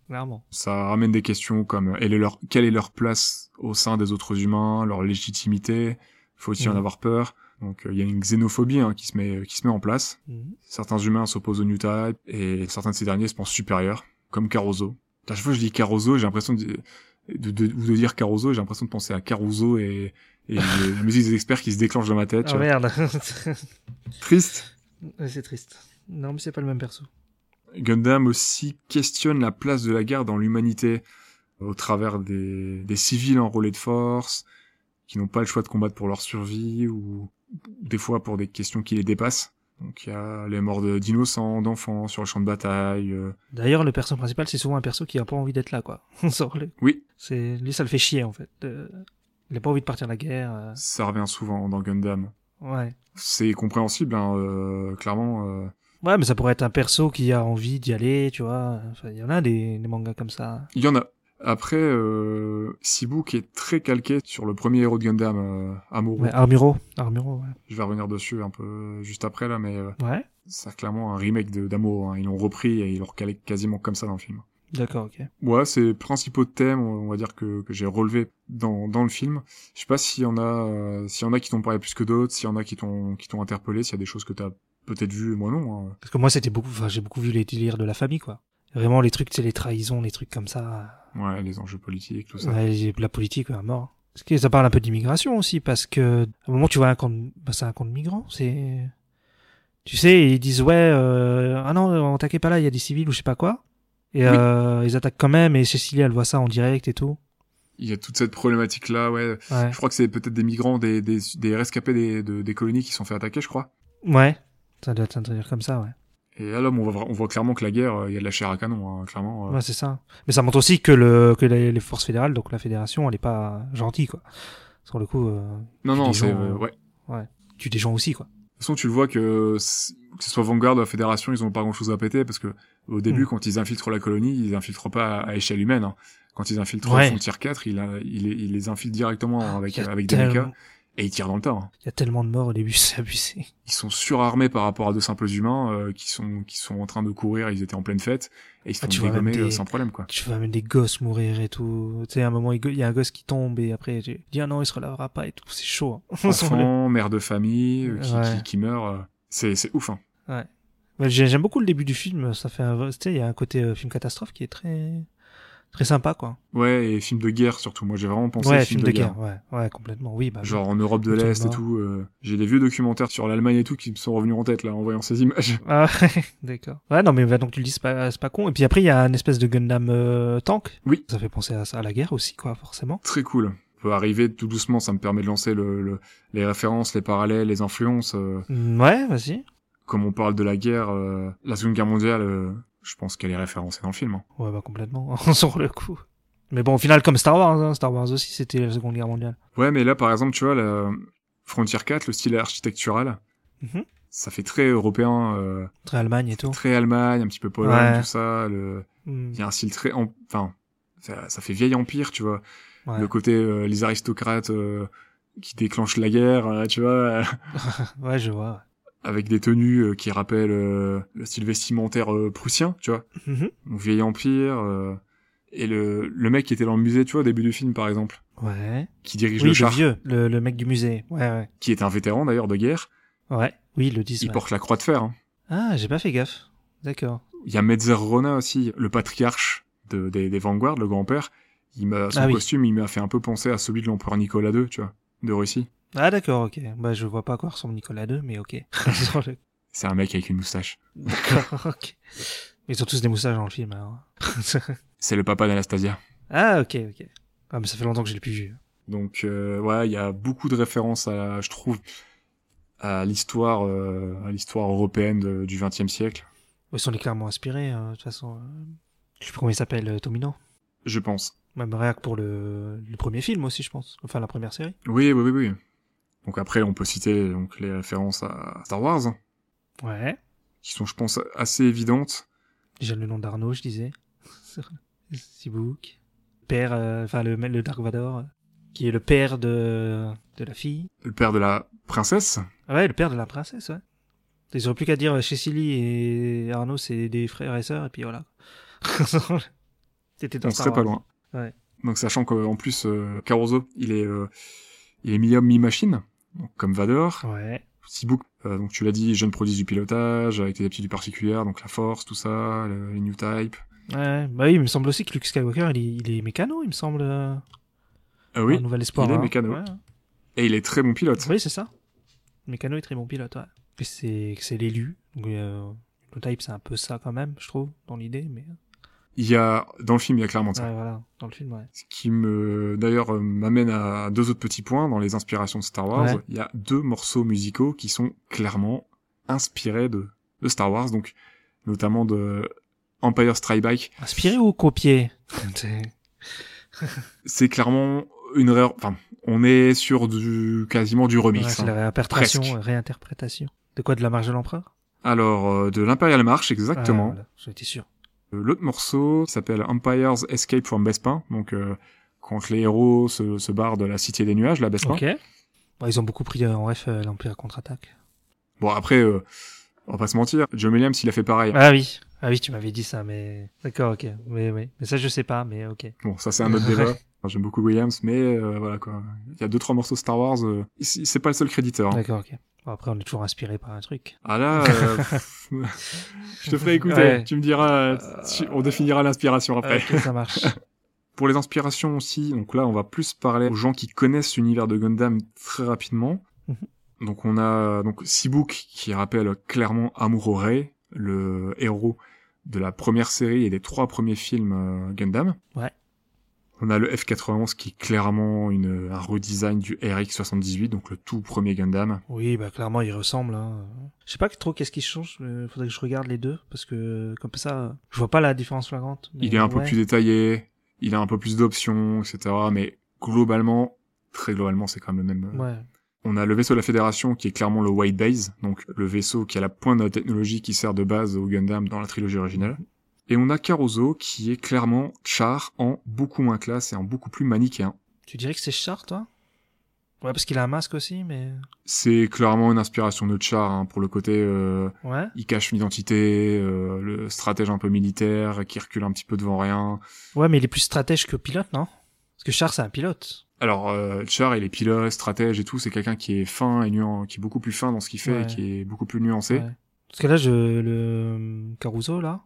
S5: clairement.
S6: Ça ramène des questions comme euh, elle est leur quelle est leur place au sein des autres humains, leur légitimité, faut aussi en
S5: Mhm.
S6: avoir peur. Donc euh, il y a une xénophobie hein, qui se met qui se met en place.
S5: Mhm.
S6: Certains humains s'opposent au New Type et certains de ces derniers se pensent supérieurs, comme Caruso. À chaque fois que je dis Caruso, j'ai l'impression de, de, de, ou de dire Caruso, j'ai l'impression de penser à Caruso et, et la musique des experts qui se déclenche dans ma tête. tu
S5: Ah
S6: vois.
S5: merde,
S6: Triste.
S5: Ouais, c'est triste. Non mais c'est pas le même perso.
S6: Gundam aussi questionne la place de la guerre dans l'humanité au travers des, des civils enrôlés de force, qui n'ont pas le choix de combattre pour leur survie ou des fois pour des questions qui les dépassent. Donc il y a les morts de- d'innocents, d'enfants sur le champ de bataille, euh,
S5: D'ailleurs, le perso principal, c'est souvent un perso qui a pas envie d'être là quoi. Sur le-
S6: Oui.
S5: C'est lui, ça le fait chier en fait. Euh, il a pas envie de partir à la guerre. euh.
S6: Ça revient souvent dans Gundam.
S5: Ouais.
S6: C'est compréhensible, hein, euh, clairement. euh,
S5: Ouais, mais ça pourrait être un perso qui a envie d'y aller, tu vois. Enfin, il y en a des, des mangas comme ça.
S6: Il y en a. Après, euh, Sibu qui est très calqué sur le premier héros de Gundam, euh, Amuro.
S5: Ouais, Armuro. Armuro, ouais.
S6: Je vais revenir dessus un peu juste après là, mais euh,
S5: Ouais.
S6: c'est clairement un remake de- d'Amuro. hein. Ils l'ont repris et ils l'ont recalé quasiment comme ça dans le film.
S5: D'accord, ok.
S6: Ouais, c'est les principaux thèmes, on va dire, que, que j'ai relevé dans, dans le film. Je sais pas s'il y en a, euh, s'il y en a qui t'ont parlé plus que d'autres, s'il y en a qui t'ont, qui t'ont interpellé, s'il y a des choses que t'as peut-être vues, moi non. hein.
S5: Parce que moi, c'était beaucoup. Enfin, j'ai beaucoup vu les délires de la famille, quoi. Vraiment, les trucs, c'est les trahisons, les trucs comme ça.
S6: Ouais, les enjeux politiques, tout ça.
S5: Ouais, les- la politique, ouais, à mort. Parce que ça parle un peu d'immigration aussi, parce que à un moment, tu vois un camp, de- bah, c'est un camp de migrants, c'est. Tu sais, ils disent ouais, euh, ah non, attaquez pas là, il y a des civils ou je sais pas quoi. Et
S6: Oui.
S5: euh, ils attaquent quand même, et Cécilia, elle voit ça en direct et tout.
S6: Il y a toute cette problématique là, ouais.
S5: Ouais.
S6: Je crois que c'est peut-être des migrants, des, des, des rescapés des, de- des colonies qui se sont fait attaquer, je crois.
S5: Ouais. Ça doit être un truc comme ça, ouais.
S6: Et là, on voit, vra- on voit clairement que la guerre, euh, il y a de la chair à canon, hein, clairement. euh.
S5: Ouais, c'est ça. Mais ça montre aussi que le que les les forces fédérales, donc la fédération, elle est pas gentille, quoi. Sur le coup, euh,
S6: non,
S5: puis
S6: non,
S5: les
S6: c'est
S5: gens,
S6: euh,
S5: euh,
S6: ouais. De
S5: tue des gens aussi, quoi.
S6: toute façon, tu le vois que, c'est- que ce soit Vanguard ou la Fédération, ils ont pas grand-chose à péter parce que au début,
S5: Mm.
S6: quand ils infiltrent la colonie, ils infiltrent pas à, à échelle humaine. hein. Quand ils infiltrent
S5: Ouais. Ah,
S6: son tier 4, il, a- il, les- il les infiltre directement avec,
S5: Il y a
S6: avec des
S5: tellement-
S6: mechas et ils tirent dans le tas. hein.
S5: Il y a tellement de morts au début, c'est abusé.
S6: Ils sont surarmés par rapport à de simples humains euh, qui sont qui sont en train de courir, ils étaient en pleine fête et ils se
S5: Ah,
S6: font
S5: tu vois, même
S6: dégommer euh,
S5: des-
S6: sans problème quoi.
S5: Tu vas même des gosses mourir et tout. Tu sais, à un moment, il go- il y a un gosse qui tombe et après, tu dis, ah non, il se relèvera pas et tout. C'est chaud. hein. Sur le-
S6: enfant, mère de famille, euh, qui,
S5: Ouais.
S6: qui, qui meurt. euh, C'est, c'est ouf. Hein.
S5: Mais j'ai- J'aime beaucoup le début du film. Ça fait un, vrai- tu sais, il y a un côté euh, film catastrophe qui est très, très sympa, quoi.
S6: Ouais, et film de guerre surtout. Moi, j'ai vraiment pensé
S5: ouais,
S6: film de, guerre.
S5: Ouais, ouais, complètement. Oui, bah. oui.
S6: Genre en Europe de
S5: Tout
S6: l'Est
S5: en
S6: et
S5: bas.
S6: tout. euh, j'ai des vieux documentaires sur l'Allemagne et tout qui me sont revenus en tête là en voyant ces images.
S5: Ah, d'accord. Ouais, non, mais bah, donc tu le dis, c'est pas, c'est pas con. Et puis après, il y a une espèce de Gundam euh, tank.
S6: Oui.
S5: Ça fait penser à, ça- à la guerre aussi, quoi, forcément.
S6: Très cool. On peut arriver tout doucement, ça me permet de lancer le, le- les références, les parallèles, les influences. euh,
S5: Mm, Ouais, vas-y.
S6: comme on parle de la guerre, euh, la Seconde Guerre mondiale, euh, je pense qu'elle est référencée dans le film. hein.
S5: Ouais, bah complètement, sur le coup. Mais bon, au final, comme Star Wars, hein, Star Wars aussi, c'était la Seconde Guerre mondiale.
S6: Ouais, mais là, par exemple, tu vois, la euh, Frontier 4, le style architectural,
S5: Mhm.
S6: ça fait très européen. euh,
S5: Très Allemagne et tout.
S6: très Allemagne, un petit peu Pologne,
S5: Ouais.
S6: tout ça. Le...
S5: Mm,
S6: Il y a un style très, em- enfin, ça, ça fait vieil empire, tu vois.
S5: ouais.
S6: Le côté euh, les aristocrates euh, qui déclenchent la guerre, euh, tu vois,
S5: ouais, je vois.
S6: avec des tenues euh, qui rappellent euh, le style vestimentaire euh, prussien, tu vois.
S5: ouais. Mhm.
S6: Donc, vieil empire. euh, Et le, le mec qui était dans le musée, tu vois, au début du film, par exemple,
S5: Ouais.
S6: qui dirige
S5: Oui,
S6: le
S5: le
S6: char,
S5: vieux, le, le mec du musée. Ouais, ouais.
S6: qui est un vétéran d'ailleurs de guerre,
S5: Ouais, oui, ils le disent.
S6: il
S5: ouais.
S6: porte la croix de fer. hein.
S5: Ah, j'ai pas fait gaffe. D'accord.
S6: Il y a Metzer Ronin aussi, le patriarche de, des, des Vanguard, le grand-père. Il m'a, son
S5: Ah oui.
S6: costume, il m'a fait un peu penser à celui de l'empereur Nicolas II, tu vois, de Russie.
S5: Ah d'accord, ok. Bah je vois pas à quoi ressemble Nicolas II, mais ok. Sur le-
S6: C'est un mec avec une moustache.
S5: D'accord, ok. Ils ont tous des moustaches dans le film, alors.
S6: C'est le papa d'Anastasia.
S5: ah ok, ok. Ah mais ça fait longtemps que je l'ai plus vu.
S6: Donc euh, ouais, il y a beaucoup de références à, je trouve, à l'histoire, euh, à l'histoire européenne de- du XXe siècle,
S5: Ils sont clairement inspirés, euh, de toute façon. euh, Je sais plus comment il s'appelle, euh, Tomino.
S6: je pense.
S5: Même réac pour le, le premier film aussi, je pense. Enfin, la première série.
S6: Oui, oui, oui, oui. Donc après, on peut citer donc les références à Star Wars, hein,
S5: Ouais.
S6: qui sont, je pense, assez évidentes.
S5: Déjà le nom d'Arnaud, je disais. Sibouk. Père, euh, enfin le, le Dark Vador, euh, qui est le père de, de la fille.
S6: Le père de la princesse,
S5: Ah ouais, le père de la princesse, ouais. Ils auraient plus qu'à dire euh, Cécilie et Arnaud, c'est des frères et sœurs, et puis voilà. C'était dans
S6: on
S5: Star
S6: serait pas
S5: Wars.
S6: loin.
S5: Ouais.
S6: Donc sachant qu'en plus, euh, Caruso, il est, euh, il est mi-homme, mi-machine, donc comme Vador.
S5: Ouais.
S6: Seabook, euh, donc tu l'as dit, jeune prodige du pilotage, avec des aptitudes particulières, donc la force, tout ça, le- les new types.
S5: Ouais, bah oui, il me semble aussi que Luke Skywalker, il est, il est mécano, il me semble. euh,
S6: Ah oui,
S5: un nouvel espoir.
S6: il est
S5: hein.
S6: mécano.
S5: Ouais.
S6: Et il est très bon pilote.
S5: Oui, c'est ça. Mécano est très bon pilote, ouais. Et c'est que c'est l'élu. Donc, euh, le type, c'est un peu ça quand même, je trouve, dans l'idée. Mais euh,
S6: Il y a, dans le film, il y a clairement ça.
S5: ouais, voilà, dans le film, ouais.
S6: Ce qui me, d'ailleurs, euh, m'amène à deux autres petits points dans les inspirations de Star Wars.
S5: Ouais.
S6: Il y a deux morceaux musicaux qui sont clairement inspirés de, de Star Wars, donc, notamment de Empire Strike Back.
S5: Inspiré ou copié C'est-
S6: C'est clairement une rare, enfin, on est sur du, quasiment du remix.
S5: ouais, C'est
S6: hein.
S5: la réinterprétation,
S6: Presque.
S5: euh, réinterprétation. De quoi De la marche de l'empereur
S6: Alors, euh, de l'Imperial March,
S5: Ah,
S6: exactement.
S5: voilà, J'en étais sûr.
S6: Euh, L'autre morceau qui s'appelle Empire's Escape from Bespin, donc, euh, quand les héros se, se barrent de la Cité des Nuages, la Bespin.
S5: Ok. Bon, ils ont beaucoup pris euh, en ref euh, l'Empire contre-attaque.
S6: Bon, après, euh, on va pas se mentir, John Williams, il a fait pareil.
S5: Ah oui. Ah oui, tu m'avais dit ça, mais. D'accord, ok. Mais, oui. mais ça, je sais pas, mais ok.
S6: Bon, ça, c'est un autre débat. Enfin, J'aime beaucoup Williams, mais euh, voilà, quoi. Il y a deux, trois morceaux Star Wars, euh, il- c'est pas le seul créditeur. hein.
S5: D'accord, ok. Bon, après, on est toujours inspiré par un truc.
S6: Ah là, euh, pff, je te ferai écouter,
S5: Ouais.
S6: tu me diras, euh, tu- on définira l'inspiration après.
S5: Ok, ça marche.
S6: Pour les inspirations aussi, donc là, on va plus parler aux gens qui connaissent l'univers de Gundam très rapidement.
S5: Mhm.
S6: Donc on a donc Seabook qui rappelle clairement Amuro Ray, le héros de la première série et des trois premiers films euh, Gundam.
S5: Ouais.
S6: On a le F91 qui est clairement une, un redesign du RX78, donc le tout premier Gundam.
S5: Oui, bah clairement, ils ressemblent. Hein. Je sais pas trop qu'est-ce qui change. euh, Faudrait que je regarde les deux parce que comme ça, je vois pas la différence flagrante. mais
S6: Il est un peu
S5: ouais.
S6: plus détaillé, il a un peu plus d'options, etc. Mais globalement, très globalement, c'est quand même le même, euh,
S5: Ouais.
S6: On a le vaisseau de la Fédération qui est clairement le White Base, donc le vaisseau qui a la pointe de la technologie qui sert de base au Gundam dans la trilogie originale. Et on a Caruso qui est clairement Char en beaucoup moins classe et en beaucoup plus manichéen.
S5: Tu dirais que c'est Char, toi Ouais, parce qu'il a un masque aussi, mais
S6: C'est clairement une inspiration de Char hein, pour le côté euh,
S5: ouais.
S6: il cache l'identité, euh, le stratège un peu militaire qui recule un petit peu devant rien.
S5: Ouais, mais il est plus stratège que pilote, non Parce que Char, c'est un pilote.
S6: Alors euh, Char il est pilote, stratège et tout, c'est quelqu'un qui est fin et nuant, qui est beaucoup plus fin dans ce qu'il fait
S5: Ouais.
S6: et qui est beaucoup plus nuancé.
S5: Ouais. Parce que là, je le Caruso là,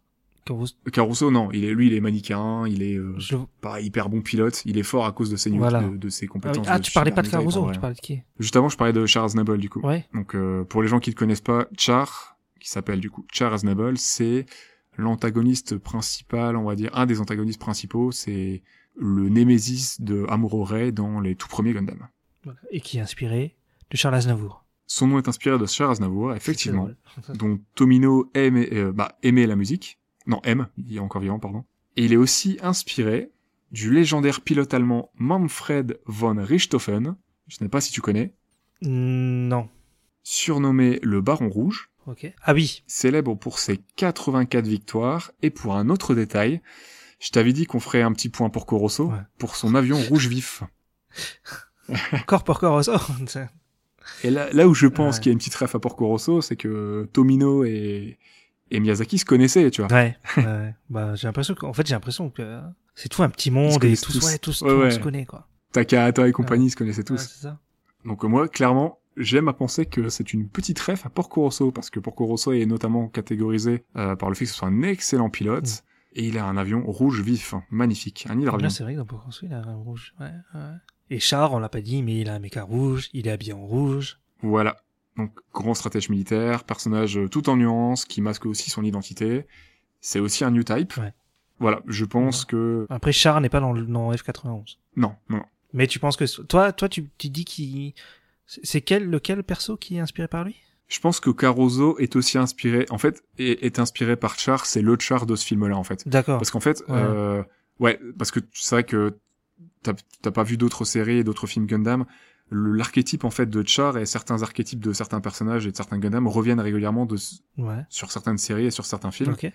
S5: Caruso,
S6: Caruso non, il est lui il est manichéen, il est euh,
S5: je le-
S6: pas hyper bon pilote, il est fort à cause de ses nuances,
S5: Voilà.
S6: de, de ses
S5: Ah, oui.
S6: compétences.
S5: Ah,
S6: de
S5: tu parlais pas de
S6: super
S5: Caruso,
S6: médaille,
S5: tu
S6: par
S5: parlais de qui
S6: exemple. Juste avant, je parlais de Charles Aznable, du coup.
S5: Ouais.
S6: Donc, euh, pour les gens qui ne connaissent pas, Char, qui s'appelle du coup Char Aznable, c'est l'antagoniste principal, on va dire, un des antagonistes principaux, c'est le némésis de Amuro Ray dans les tout premiers Gundam.
S5: Voilà. Et qui est inspiré de Charles Aznavour.
S6: Son nom est inspiré de Charles Aznavour, effectivement.
S5: C'est drôle.
S6: Donc Tomino aime, euh, bah, aimait la musique. Non, aime, il est encore vivant, pardon. Et il est aussi inspiré du légendaire pilote allemand Manfred von Richthofen, je ne sais pas si tu connais,
S5: non.
S6: surnommé le Baron Rouge,
S5: Ok. Ah oui.
S6: célèbre pour ses 84 victoires et pour un autre détail, je t'avais dit qu'on ferait un petit point pour Corosso,
S5: Ouais.
S6: pour son avion rouge vif.
S5: Corps pour corps. oh,
S6: Et là, là où je pense
S5: Ouais.
S6: qu'il y a une petite ref à Porco Rosso, c'est que Tomino et, et Miyazaki se connaissaient, tu vois.
S5: Ouais, Hein. ouais, ouais. Bah, j'ai l'impression qu'en fait, j'ai l'impression que euh, c'est tout un petit
S6: Ils se
S5: monde et
S6: connaissent
S5: tous,
S6: tous.
S5: ouais, tous,
S6: Ouais,
S5: tout le monde
S6: ouais.
S5: se connaît, quoi.
S6: Takahata et compagnie se connaissaient
S5: Ouais,
S6: tous.
S5: c'est ça.
S6: Donc euh, moi, clairement, j'aime à penser que c'est une petite ref à Porco Rosso, parce que Porco Rosso est notamment catégorisé euh, par le fait que ce soit un excellent pilote, et il a un avion rouge vif, hein, magnifique, un hydravion.
S5: Là, c'est vrai que dans Poker Sweet, il a un rouge. Ouais, ouais. Et Char, on l'a pas dit, mais il a un méca rouge, il est habillé en rouge.
S6: Voilà. Donc, grand stratège militaire, personnage euh, tout en nuances, qui masque aussi son identité. C'est aussi un new type.
S5: Ouais.
S6: Voilà, je pense que...
S5: Après, Char n'est pas dans, le- dans F91.
S6: Non, non.
S5: Mais tu penses que toi, toi, tu, tu dis qui c'est quel lequel perso qui est inspiré par lui
S6: Je pense que Caruso est aussi inspiré... En fait, est, est inspiré par Char, c'est le Char de ce film-là, en fait.
S5: D'accord.
S6: Parce qu'en fait,
S5: Ouais.
S6: euh, ouais, parce que c'est vrai que t'as t'as pas vu d'autres séries et d'autres films Gundam. Le- L'archétype en fait de Char et certains archétypes de certains personnages et de certains Gundam reviennent régulièrement de,
S5: Ouais.
S6: sur certaines séries et sur certains films.
S5: Ok.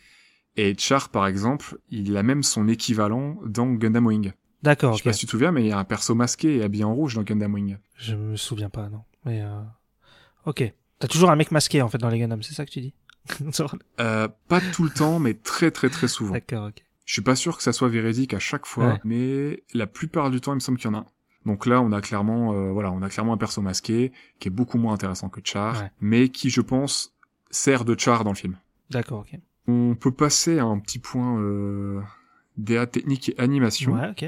S6: Et Char, par exemple, il a même son équivalent dans Gundam Wing.
S5: D'accord.
S6: Je
S5: ok.
S6: sais pas si tu te souviens, mais il y a un perso masqué et habillé en rouge dans Gundam Wing.
S5: Je me souviens pas, non. Mais euh... ok. T'as toujours un mec masqué en fait dans les Gundam, c'est ça que tu dis Sur-
S6: Euh, pas tout le temps, mais très très très souvent.
S5: D'accord. Ok.
S6: Je suis pas sûr que ça soit véridique à chaque fois,
S5: Ouais.
S6: mais la plupart du temps, il me semble qu'il y en a. un. Donc là, on a clairement, euh, voilà, on a clairement un perso masqué qui est beaucoup moins intéressant que Char,
S5: Ouais.
S6: mais qui, je pense, sert de Char dans le film.
S5: D'accord. Ok.
S6: On peut passer à un petit point euh, DA technique et animation.
S5: Ouais. Ok.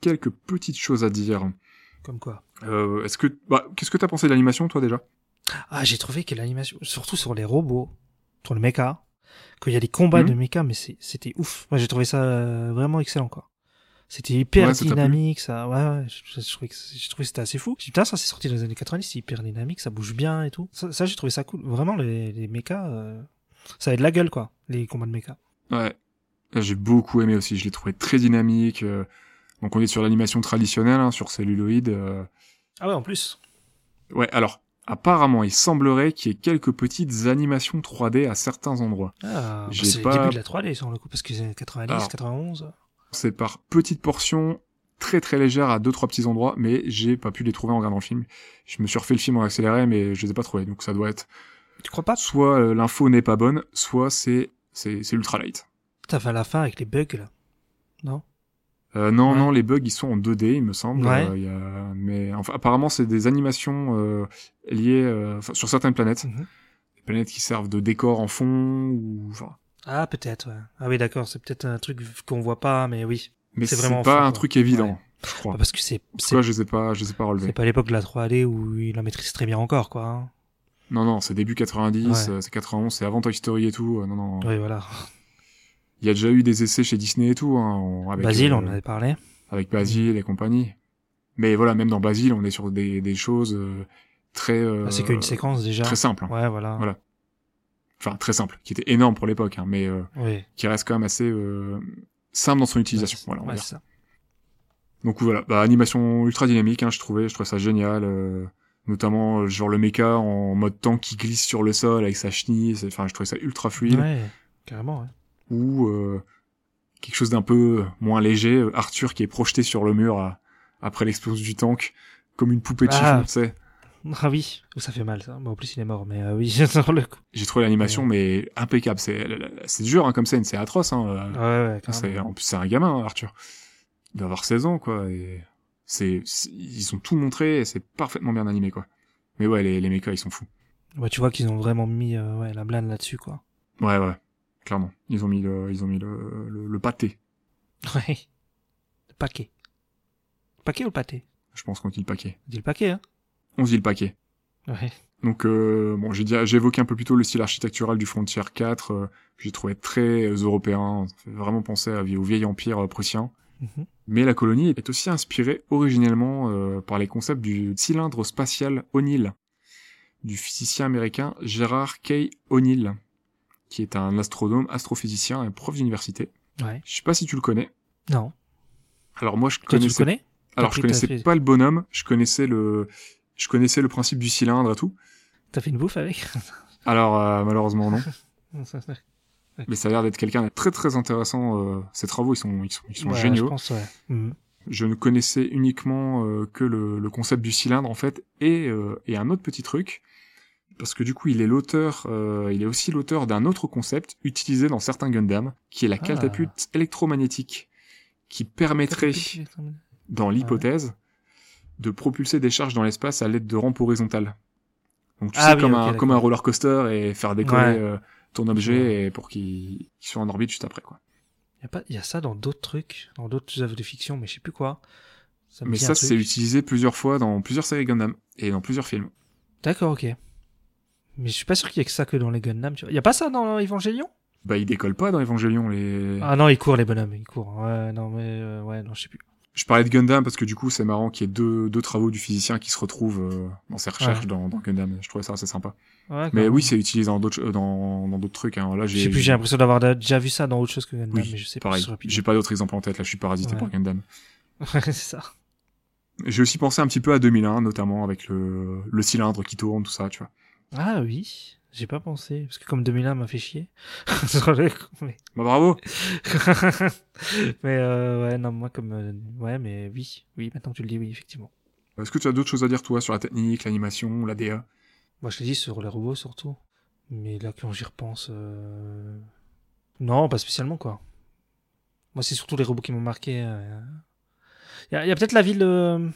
S6: Quelques petites choses à dire.
S5: Comme quoi.
S6: Euh, Est-ce que, bah, qu'est-ce que t'as pensé de l'animation, toi déjà
S5: Ah, j'ai trouvé que l'animation, surtout sur les robots, sur le mecha, qu'il y a des combats
S6: Mhm.
S5: de mecha, mais c'est- c'était ouf. Moi, j'ai trouvé ça euh, vraiment excellent, quoi. C'était hyper
S6: Ouais, ça t'a plu
S5: dynamique, ça. Ouais, ouais, je, je trouvais que, c'est- j'ai trouvé que c'était assez fou. J'ai dit, putain, ça, c'est sorti dans les années 90, c'est hyper dynamique, ça bouge bien et tout. Ça, ça, j'ai trouvé ça cool. Vraiment, les, les mechas, euh, ça a de la gueule, quoi, les combats de mecha.
S6: Ouais. Ah, J'ai beaucoup aimé aussi. Je l'ai trouvé très dynamique. euh, donc on est sur l'animation traditionnelle, hein, sur celluloïde. euh,
S5: Ah ouais, en plus.
S6: Ouais, alors, apparemment, il semblerait qu'il y ait quelques petites animations 3D à certains endroits.
S5: Ah, bah,
S6: J'ai
S5: c'est
S6: pas- Ah.
S5: le début de la 3D, sur le coup, parce que c'est 90,
S6: Alors.
S5: 91.
S6: C'est par petites portions, très très légères à deux trois petits endroits, mais j'ai pas pu les trouver en regardant le film. Je me suis refait le film en accéléré, mais je les ai pas trouvés, donc ça doit être
S5: Tu crois pas?
S6: soit euh, l'info n'est pas bonne, soit c'est c'est c'est ultra light.
S5: T'as fait la fin avec les bugs, là.
S6: Euh, non
S5: Ouais.
S6: non, les bugs ils sont en 2D, il me semble.
S5: Ouais.
S6: Euh, il y a- Mais enfin, apparemment c'est des animations euh, liées euh, enfin, sur certaines planètes,
S5: Mhm.
S6: des planètes qui servent de décor en fond ou enfin,
S5: Ah, peut-être, ouais. Ah oui, d'accord, c'est peut-être un truc qu'on voit pas, mais oui.
S6: Mais
S5: C'est
S6: c'est
S5: vraiment
S6: pas
S5: fou,
S6: un
S5: quoi.
S6: truc évident,
S5: Ouais.
S6: je crois.
S5: Parce que c'est,
S6: En tout
S5: c'est,
S6: cas, je les ai pas, je les ai pas
S5: c'est
S6: relevés.
S5: pas l'époque de la 3D où il la maîtrise très bien encore, quoi. hein.
S6: Non, non, c'est début 90,
S5: Ouais.
S6: euh, c'est 91, c'est avant Toy Story et tout. euh, non, non.
S5: Oui, voilà.
S6: Il y a déjà eu des essais chez Disney et tout, hein, en- avec
S5: Basile,
S6: euh,
S5: on en avait parlé.
S6: avec Basile et compagnie. Mais voilà, même dans Basile, on est sur des, des choses euh, très euh,
S5: Ah, c'est qu'une séquence déjà.
S6: très simples, hein.
S5: Ouais, voilà.
S6: Voilà. enfin très simples, qui étaient énormes pour l'époque, hein, mais euh,
S5: Oui.
S6: qui restent quand même assez euh, simples dans son utilisation.
S5: Ouais, c'est-
S6: voilà, on va
S5: ouais,
S6: dire.
S5: c'est ça.
S6: Donc voilà, bah, animation ultra dynamique, hein, je trouvais, je trouvais ça génial. euh, notamment euh, genre le mecha en mode tank qui glisse sur le sol avec sa chenille, c'est- enfin je trouvais ça ultra fluide.
S5: Ouais, carrément, ouais.
S6: Ou euh, quelque chose d'un peu moins léger, euh, Arthur qui est projeté sur le mur à- après l'explosion du tank comme une poupée de chiffon,
S5: Ah.
S6: tu sais.
S5: Ah oui, ça fait mal, ça. Bon, en plus, il est mort, mais euh, oui, sur le coup.
S6: J'ai trouvé l'animation mais impeccable, c'est c'est dur hein, comme scène, c'est atroce. Hein, euh,
S5: Ouais, ouais,
S6: Putain, c'est-
S5: carrément.
S6: en plus, c'est un gamin, hein, Arthur. Il doit avoir 16 ans, quoi. Et c'est, c'est- ils ont tout montré et c'est parfaitement bien animé, quoi. Mais ouais, les, les mechas, ils sont fous.
S5: Ouais, tu vois qu'ils ont vraiment mis euh, ouais, la blinde là-dessus, quoi.
S6: Ouais, ouais. Clairement. Ils ont mis le, ils ont mis le, le, le pâté.
S5: Ouais. Le paquet. Paquet ou le pâté
S6: Je pense qu'on dit le paquet.
S5: On dit le paquet, hein
S6: On se dit le paquet.
S5: Ouais.
S6: Donc, euh, bon, j'ai dit, j'ai évoqué un peu plus tôt le style architectural du Frontier 4, euh, que j'ai trouvé très euh, européen. Ça fait vraiment penser à, au vieil empire euh, prussien.
S5: Mhm.
S6: Mais la colonie est aussi inspirée originellement euh, par les concepts du cylindre spatial O'Neill, du physicien américain Gerard K. O'Neill, qui est un astronome, astrophysicien et prof d'université.
S5: Ouais.
S6: Je sais pas si tu le connais.
S5: Non.
S6: Alors moi, je
S5: Toi, tu
S6: connaissais.
S5: le connais
S6: Alors
S5: T'as
S6: je
S5: pris ta
S6: connaissais
S5: prise.
S6: pas le bonhomme. Je connaissais le, je connaissais le principe du cylindre et tout.
S5: T'as fait une bouffe avec
S6: Alors euh, malheureusement non. Mais ça a l'air d'être quelqu'un de très très intéressant. euh, ses travaux, ils sont, ils sont, ils sont
S5: Ouais,
S6: géniaux.
S5: Je pense, ouais. Mhm.
S6: je ne connaissais uniquement euh, que le, le concept du cylindre en fait et, euh, et un autre petit truc parce que du coup il est l'auteur euh, il est aussi l'auteur d'un autre concept utilisé dans certains Gundam qui est la
S5: Ah.
S6: catapulte électromagnétique qui permettrait dans l'hypothèse de propulser des charges dans l'espace à l'aide de rampes horizontales Donc tu
S5: Ah
S6: sais
S5: oui,
S6: comme
S5: ok,
S6: un
S5: d'accord.
S6: comme un roller coaster et faire décoller
S5: Ouais.
S6: euh, ton objet et pour qu'il qu'il soit en orbite juste après quoi.
S5: Il y, a pas... il y a ça dans d'autres trucs, dans d'autres œuvres de fiction, mais je sais plus quoi. Ça me
S6: Mais
S5: dit un
S6: ça
S5: truc.
S6: c'est utilisé plusieurs fois dans plusieurs séries Gundam et dans plusieurs films.
S5: D'accord, ok. Mais je suis pas sûr qu'il y ait que ça que dans les Gundam. Tu vois. Il y a pas ça dans Evangelion
S6: Bah ils décollent pas dans Evangelion les.
S5: Ah non, ils courent les bonhommes, ils courent. Ouais, non mais euh, ouais, non, je sais plus.
S6: Je parlais de Gundam parce que du coup c'est marrant qu'il y ait deux deux travaux du physicien qui se retrouvent euh, dans ses recherches
S5: Ouais. Ah
S6: dans, dans Gundam. Je trouvais ça assez sympa.
S5: Ouais,
S6: Mais
S5: quand-
S6: oui c'est utilisé dans d'autres euh, dans dans d'autres trucs. Hein. Là
S5: je
S6: j'ai
S5: sais plus. J'ai l'impression d'avoir déjà vu ça dans autre chose que Gundam,
S6: Oui,
S5: mais je sais pas.
S6: pareil. J'ai pas d'autres exemples en tête là. Je suis parasité
S5: Ouais.
S6: par Gundam.
S5: C'est ça.
S6: J'ai aussi pensé un petit peu à 2001 notamment avec le le cylindre qui tourne tout ça tu vois.
S5: Ah oui, j'ai pas pensé parce que comme 2001 m'a fait chier. Sur le coup, mais
S6: Bah, bravo.
S5: mais, euh, ouais, non, moi comme euh, ouais, mais oui, oui. Maintenant que tu le dis, oui, effectivement.
S6: Est-ce que tu as d'autres choses à dire toi sur la technique, l'animation, la DA
S5: Moi, je l'ai dit sur les robots surtout. Mais là, quand j'y repense, euh, non, pas spécialement quoi. Moi, c'est surtout les robots qui m'ont marqué. euh. Il y a, il y a peut-être la ville. euh,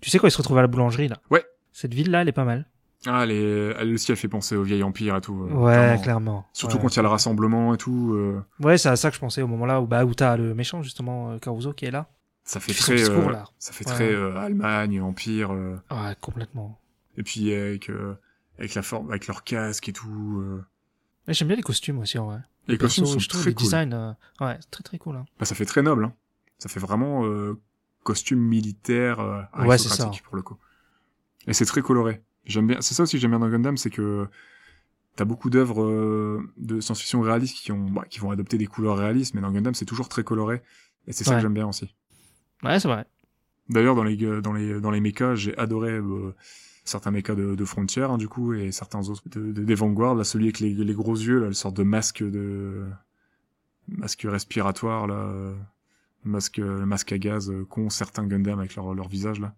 S5: Tu sais quoi, ils se retrouvent à la boulangerie là.
S6: Ouais.
S5: Cette ville-là, elle est pas mal.
S6: Ah, les... elle aussi elle fait penser au vieil empire et tout. euh,
S5: ouais,
S6: clairement.
S5: clairement.
S6: Surtout
S5: Ouais.
S6: quand il y a le rassemblement et tout, euh,
S5: Ouais, c'est à ça que je pensais au moment là où bah où t'as le méchant justement euh, Caruso qui est là.
S6: ça fait
S5: Puis
S6: très,
S5: son
S6: euh,
S5: discours, là.
S6: ça fait
S5: Ouais.
S6: très euh, Allemagne, empire, euh,
S5: Ouais, complètement.
S6: et puis avec euh, avec la forme, avec leur casque et tout. euh.
S5: Mais j'aime bien les costumes aussi en vrai.
S6: Les costumes
S5: Perso,
S6: sont
S5: je trouve
S6: très
S5: les
S6: cool.
S5: designs, euh, ouais, c'est très très cool. Hein.
S6: Bah, ça fait très noble. Hein. Ça fait vraiment euh, costume militaire euh,
S5: Ouais, c'est
S6: aristocratique
S5: ça.
S6: pour le coup. Et c'est très coloré. J'aime bien. C'est ça aussi que j'aime bien dans Gundam, c'est que t'as beaucoup d'œuvres euh, de science-fiction réaliste qui ont, bah, qui vont adopter des couleurs réalistes, mais dans Gundam c'est toujours très coloré. Et c'est ça
S5: Ouais.
S6: que j'aime bien aussi.
S5: Ouais, c'est vrai.
S6: D'ailleurs, dans les gu- dans les dans les mechas, j'ai adoré euh, certains mechas de, de Frontier hein, du coup et certains autres de, de- des Vanguard. Là, celui avec les, les gros yeux, là, le sorte de masque de masque respiratoire là, euh, masque le masque à gaz euh, qu'ont certains Gundam avec leur leur visage là.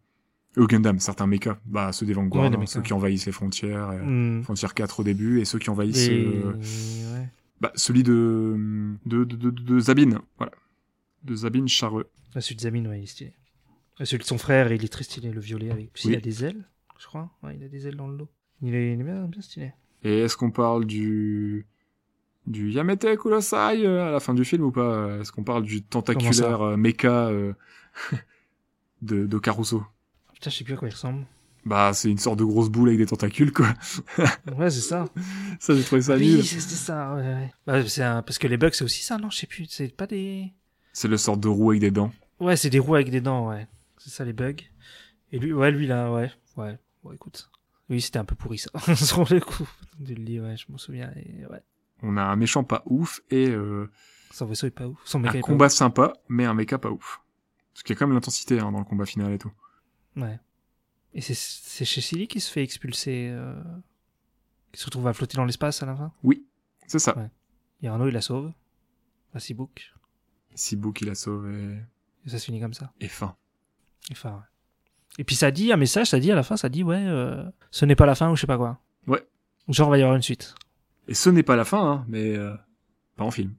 S6: Euh, Gundam, certains mechas, bah ceux des Vanguard,
S5: Ouais, les
S6: hein,
S5: mechas.
S6: ceux qui envahissent les frontières. euh,
S5: Hmm.
S6: Frontier 4 au début et ceux qui envahissent
S5: Et-
S6: euh,
S5: ouais.
S6: bah, celui de de, de, de, de Zabine voilà de Zabine Chareux
S5: Ah, Celui de Zamine, ouais, il est stylé. Ah, Celui de son frère, il est très stylé, le violet avec. Puis Il
S6: Oui.
S5: a des ailes, je crois. Ouais, il a des ailes dans le dos. Il est, il est bien, bien stylé.
S6: Et est-ce qu'on parle du du Yamete Kurosai euh, à la fin du film ou pas euh, Est-ce qu'on parle du tentaculaire euh, mecha euh, de, de Caruso
S5: Ah, Putain, je sais plus à quoi il ressemble.
S6: Bah, c'est une sorte de grosse boule avec des tentacules, quoi.
S5: Ouais, c'est ça.
S6: Ça, j'ai trouvé ça nul.
S5: oui, c'est c'est ça. Ouais, ouais. Bah, c'est un- Parce que les bugs, c'est aussi ça, non Je sais plus. C'est pas des.
S6: C'est le sorte de roue avec des dents.
S5: Ouais, c'est des roues avec des dents, ouais. C'est ça les bugs. Et lui, ouais, lui là, ouais, ouais. Bon, écoute. Oui, c'était un peu pourri ça. Sur le coup. Du lit, ouais, je m'en souviens. Et ouais.
S6: On a un méchant pas ouf et euh,
S5: Son vaisseau est pas ouf. Son méca
S6: un
S5: est pas
S6: combat sympa, mais un mecha pas ouf. Parce qu'il y a quand même l'intensité hein, dans le combat final et tout.
S5: ouf. Ouais. Et c'est- c'est chez Silly qui se fait expulser. Euh... Qui se retrouve à flotter dans l'espace à la fin.
S6: C'est ça.
S5: Ouais. Et Arnaud, il la sauve. À Seabook.
S6: Sibu qui la sauve et,
S5: Et ça se finit comme ça.
S6: et fin.
S5: Enfin, ouais. Et puis ça dit un message, ça dit à la fin, ça dit ouais, euh, ce n'est pas la fin ou je sais pas quoi.
S6: Ouais.
S5: Genre, il va y avoir une suite.
S6: Et ce n'est pas la fin, hein, mais euh, pas en film.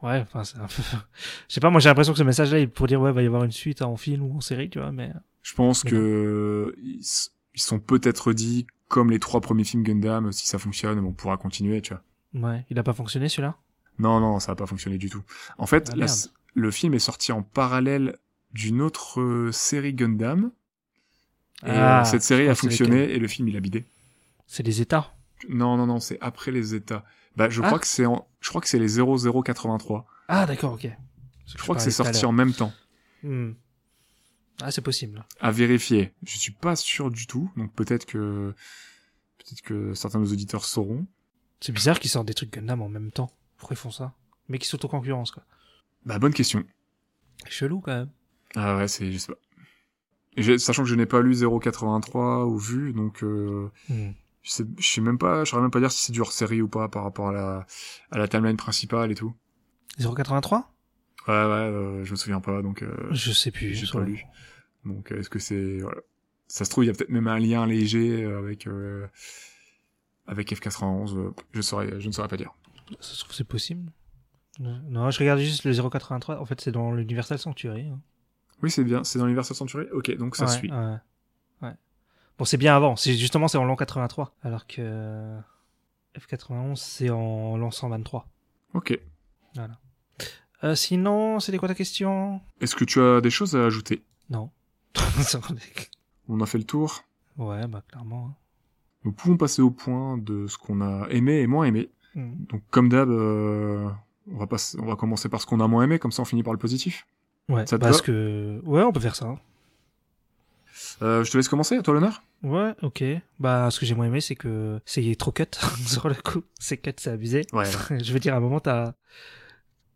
S5: Ouais, enfin, c'est un peu. Je sais pas, moi j'ai l'impression que ce message-là, il pour dire, ouais, va y avoir une suite en film ou en série, tu vois, mais.
S6: Je pense
S5: Mais
S6: que ils s- ils sont peut-être dit comme les trois premiers films Gundam, si ça fonctionne, on pourra continuer, tu vois.
S5: Ouais, il a pas fonctionné celui-là
S6: Non, non, ça n'a pas fonctionné du tout. En fait,
S5: Ah,
S6: la
S5: merde.
S6: s- le film est sorti en parallèle d'une autre euh, série Gundam. Et
S5: Ah,
S6: euh, cette série
S5: je
S6: a
S5: crois que c'est
S6: fonctionné et le film il a bidé.
S5: C'est les États.
S6: Non, non, non, c'est après les États. Bah, je
S5: Ah.
S6: crois que c'est en, je crois que c'est les 0083.
S5: Ah, d'accord, ok.
S6: Je crois que c'est sorti en même temps.
S5: Hmm. Ah, c'est possible.
S6: à vérifier. Je suis pas sûr du tout, donc peut-être que peut-être que certains de nos auditeurs sauront.
S5: C'est bizarre qu'ils sortent des trucs Gundam en même temps. Pourquoi ils font ça Mais qui sont en concurrence, quoi.
S6: Bah bonne question.
S5: Chelou, quand même.
S6: Ah ouais, c'est je sais pas. Et j'ai- Sachant que je n'ai pas lu 083 ou vu, donc euh,
S5: Hmm.
S6: je sais, je sais même pas, je saurais même pas dire si c'est du hors série ou pas par rapport à la à la timeline principale et tout.
S5: 083
S6: Ouais ouais, euh, je me souviens pas, donc euh,
S5: Je sais plus.
S6: j'ai
S5: sur
S6: pas
S5: le-
S6: lu. Donc euh, est-ce que c'est voilà. Ça se trouve, il y a peut-être même un lien léger euh, avec euh, avec F91. euh, je saurais, je ne saurais pas dire.
S5: Ça se trouve, c'est possible. Non, non, je regarde juste le 083. En fait, c'est dans l'Universal Sanctuary. hein.
S6: Oui, c'est bien. C'est dans l'univers Century. Ok, donc ça
S5: Ouais,
S6: suit.
S5: ouais. Ouais. Bon, c'est bien avant. C'est justement c'est en l'an 83, alors que F91 c'est en l'an 123.
S6: Ok.
S5: Euh, sinon, c'était quoi ta question
S6: Est-ce que tu as des choses à ajouter
S5: Non.
S6: On a fait le tour.
S5: ouais, bah clairement. hein.
S6: Nous pouvons passer au point de ce qu'on a aimé et moins aimé.
S5: Mm.
S6: Donc comme d'hab, euh, on va pas, on va commencer par ce qu'on a moins aimé, comme ça on finit par le positif.
S5: Ouais,
S6: Ça te
S5: parce
S6: va
S5: que ouais, on peut faire ça. hein.
S6: Euh, je te laisse commencer, à toi l'honneur.
S5: Ouais, ok. Bah, ce que j'ai moins aimé, c'est que c'est trop cut sur le coup. C'est cut, c'est abusé.
S6: Ouais.
S5: Je veux dire, à un moment, t'as,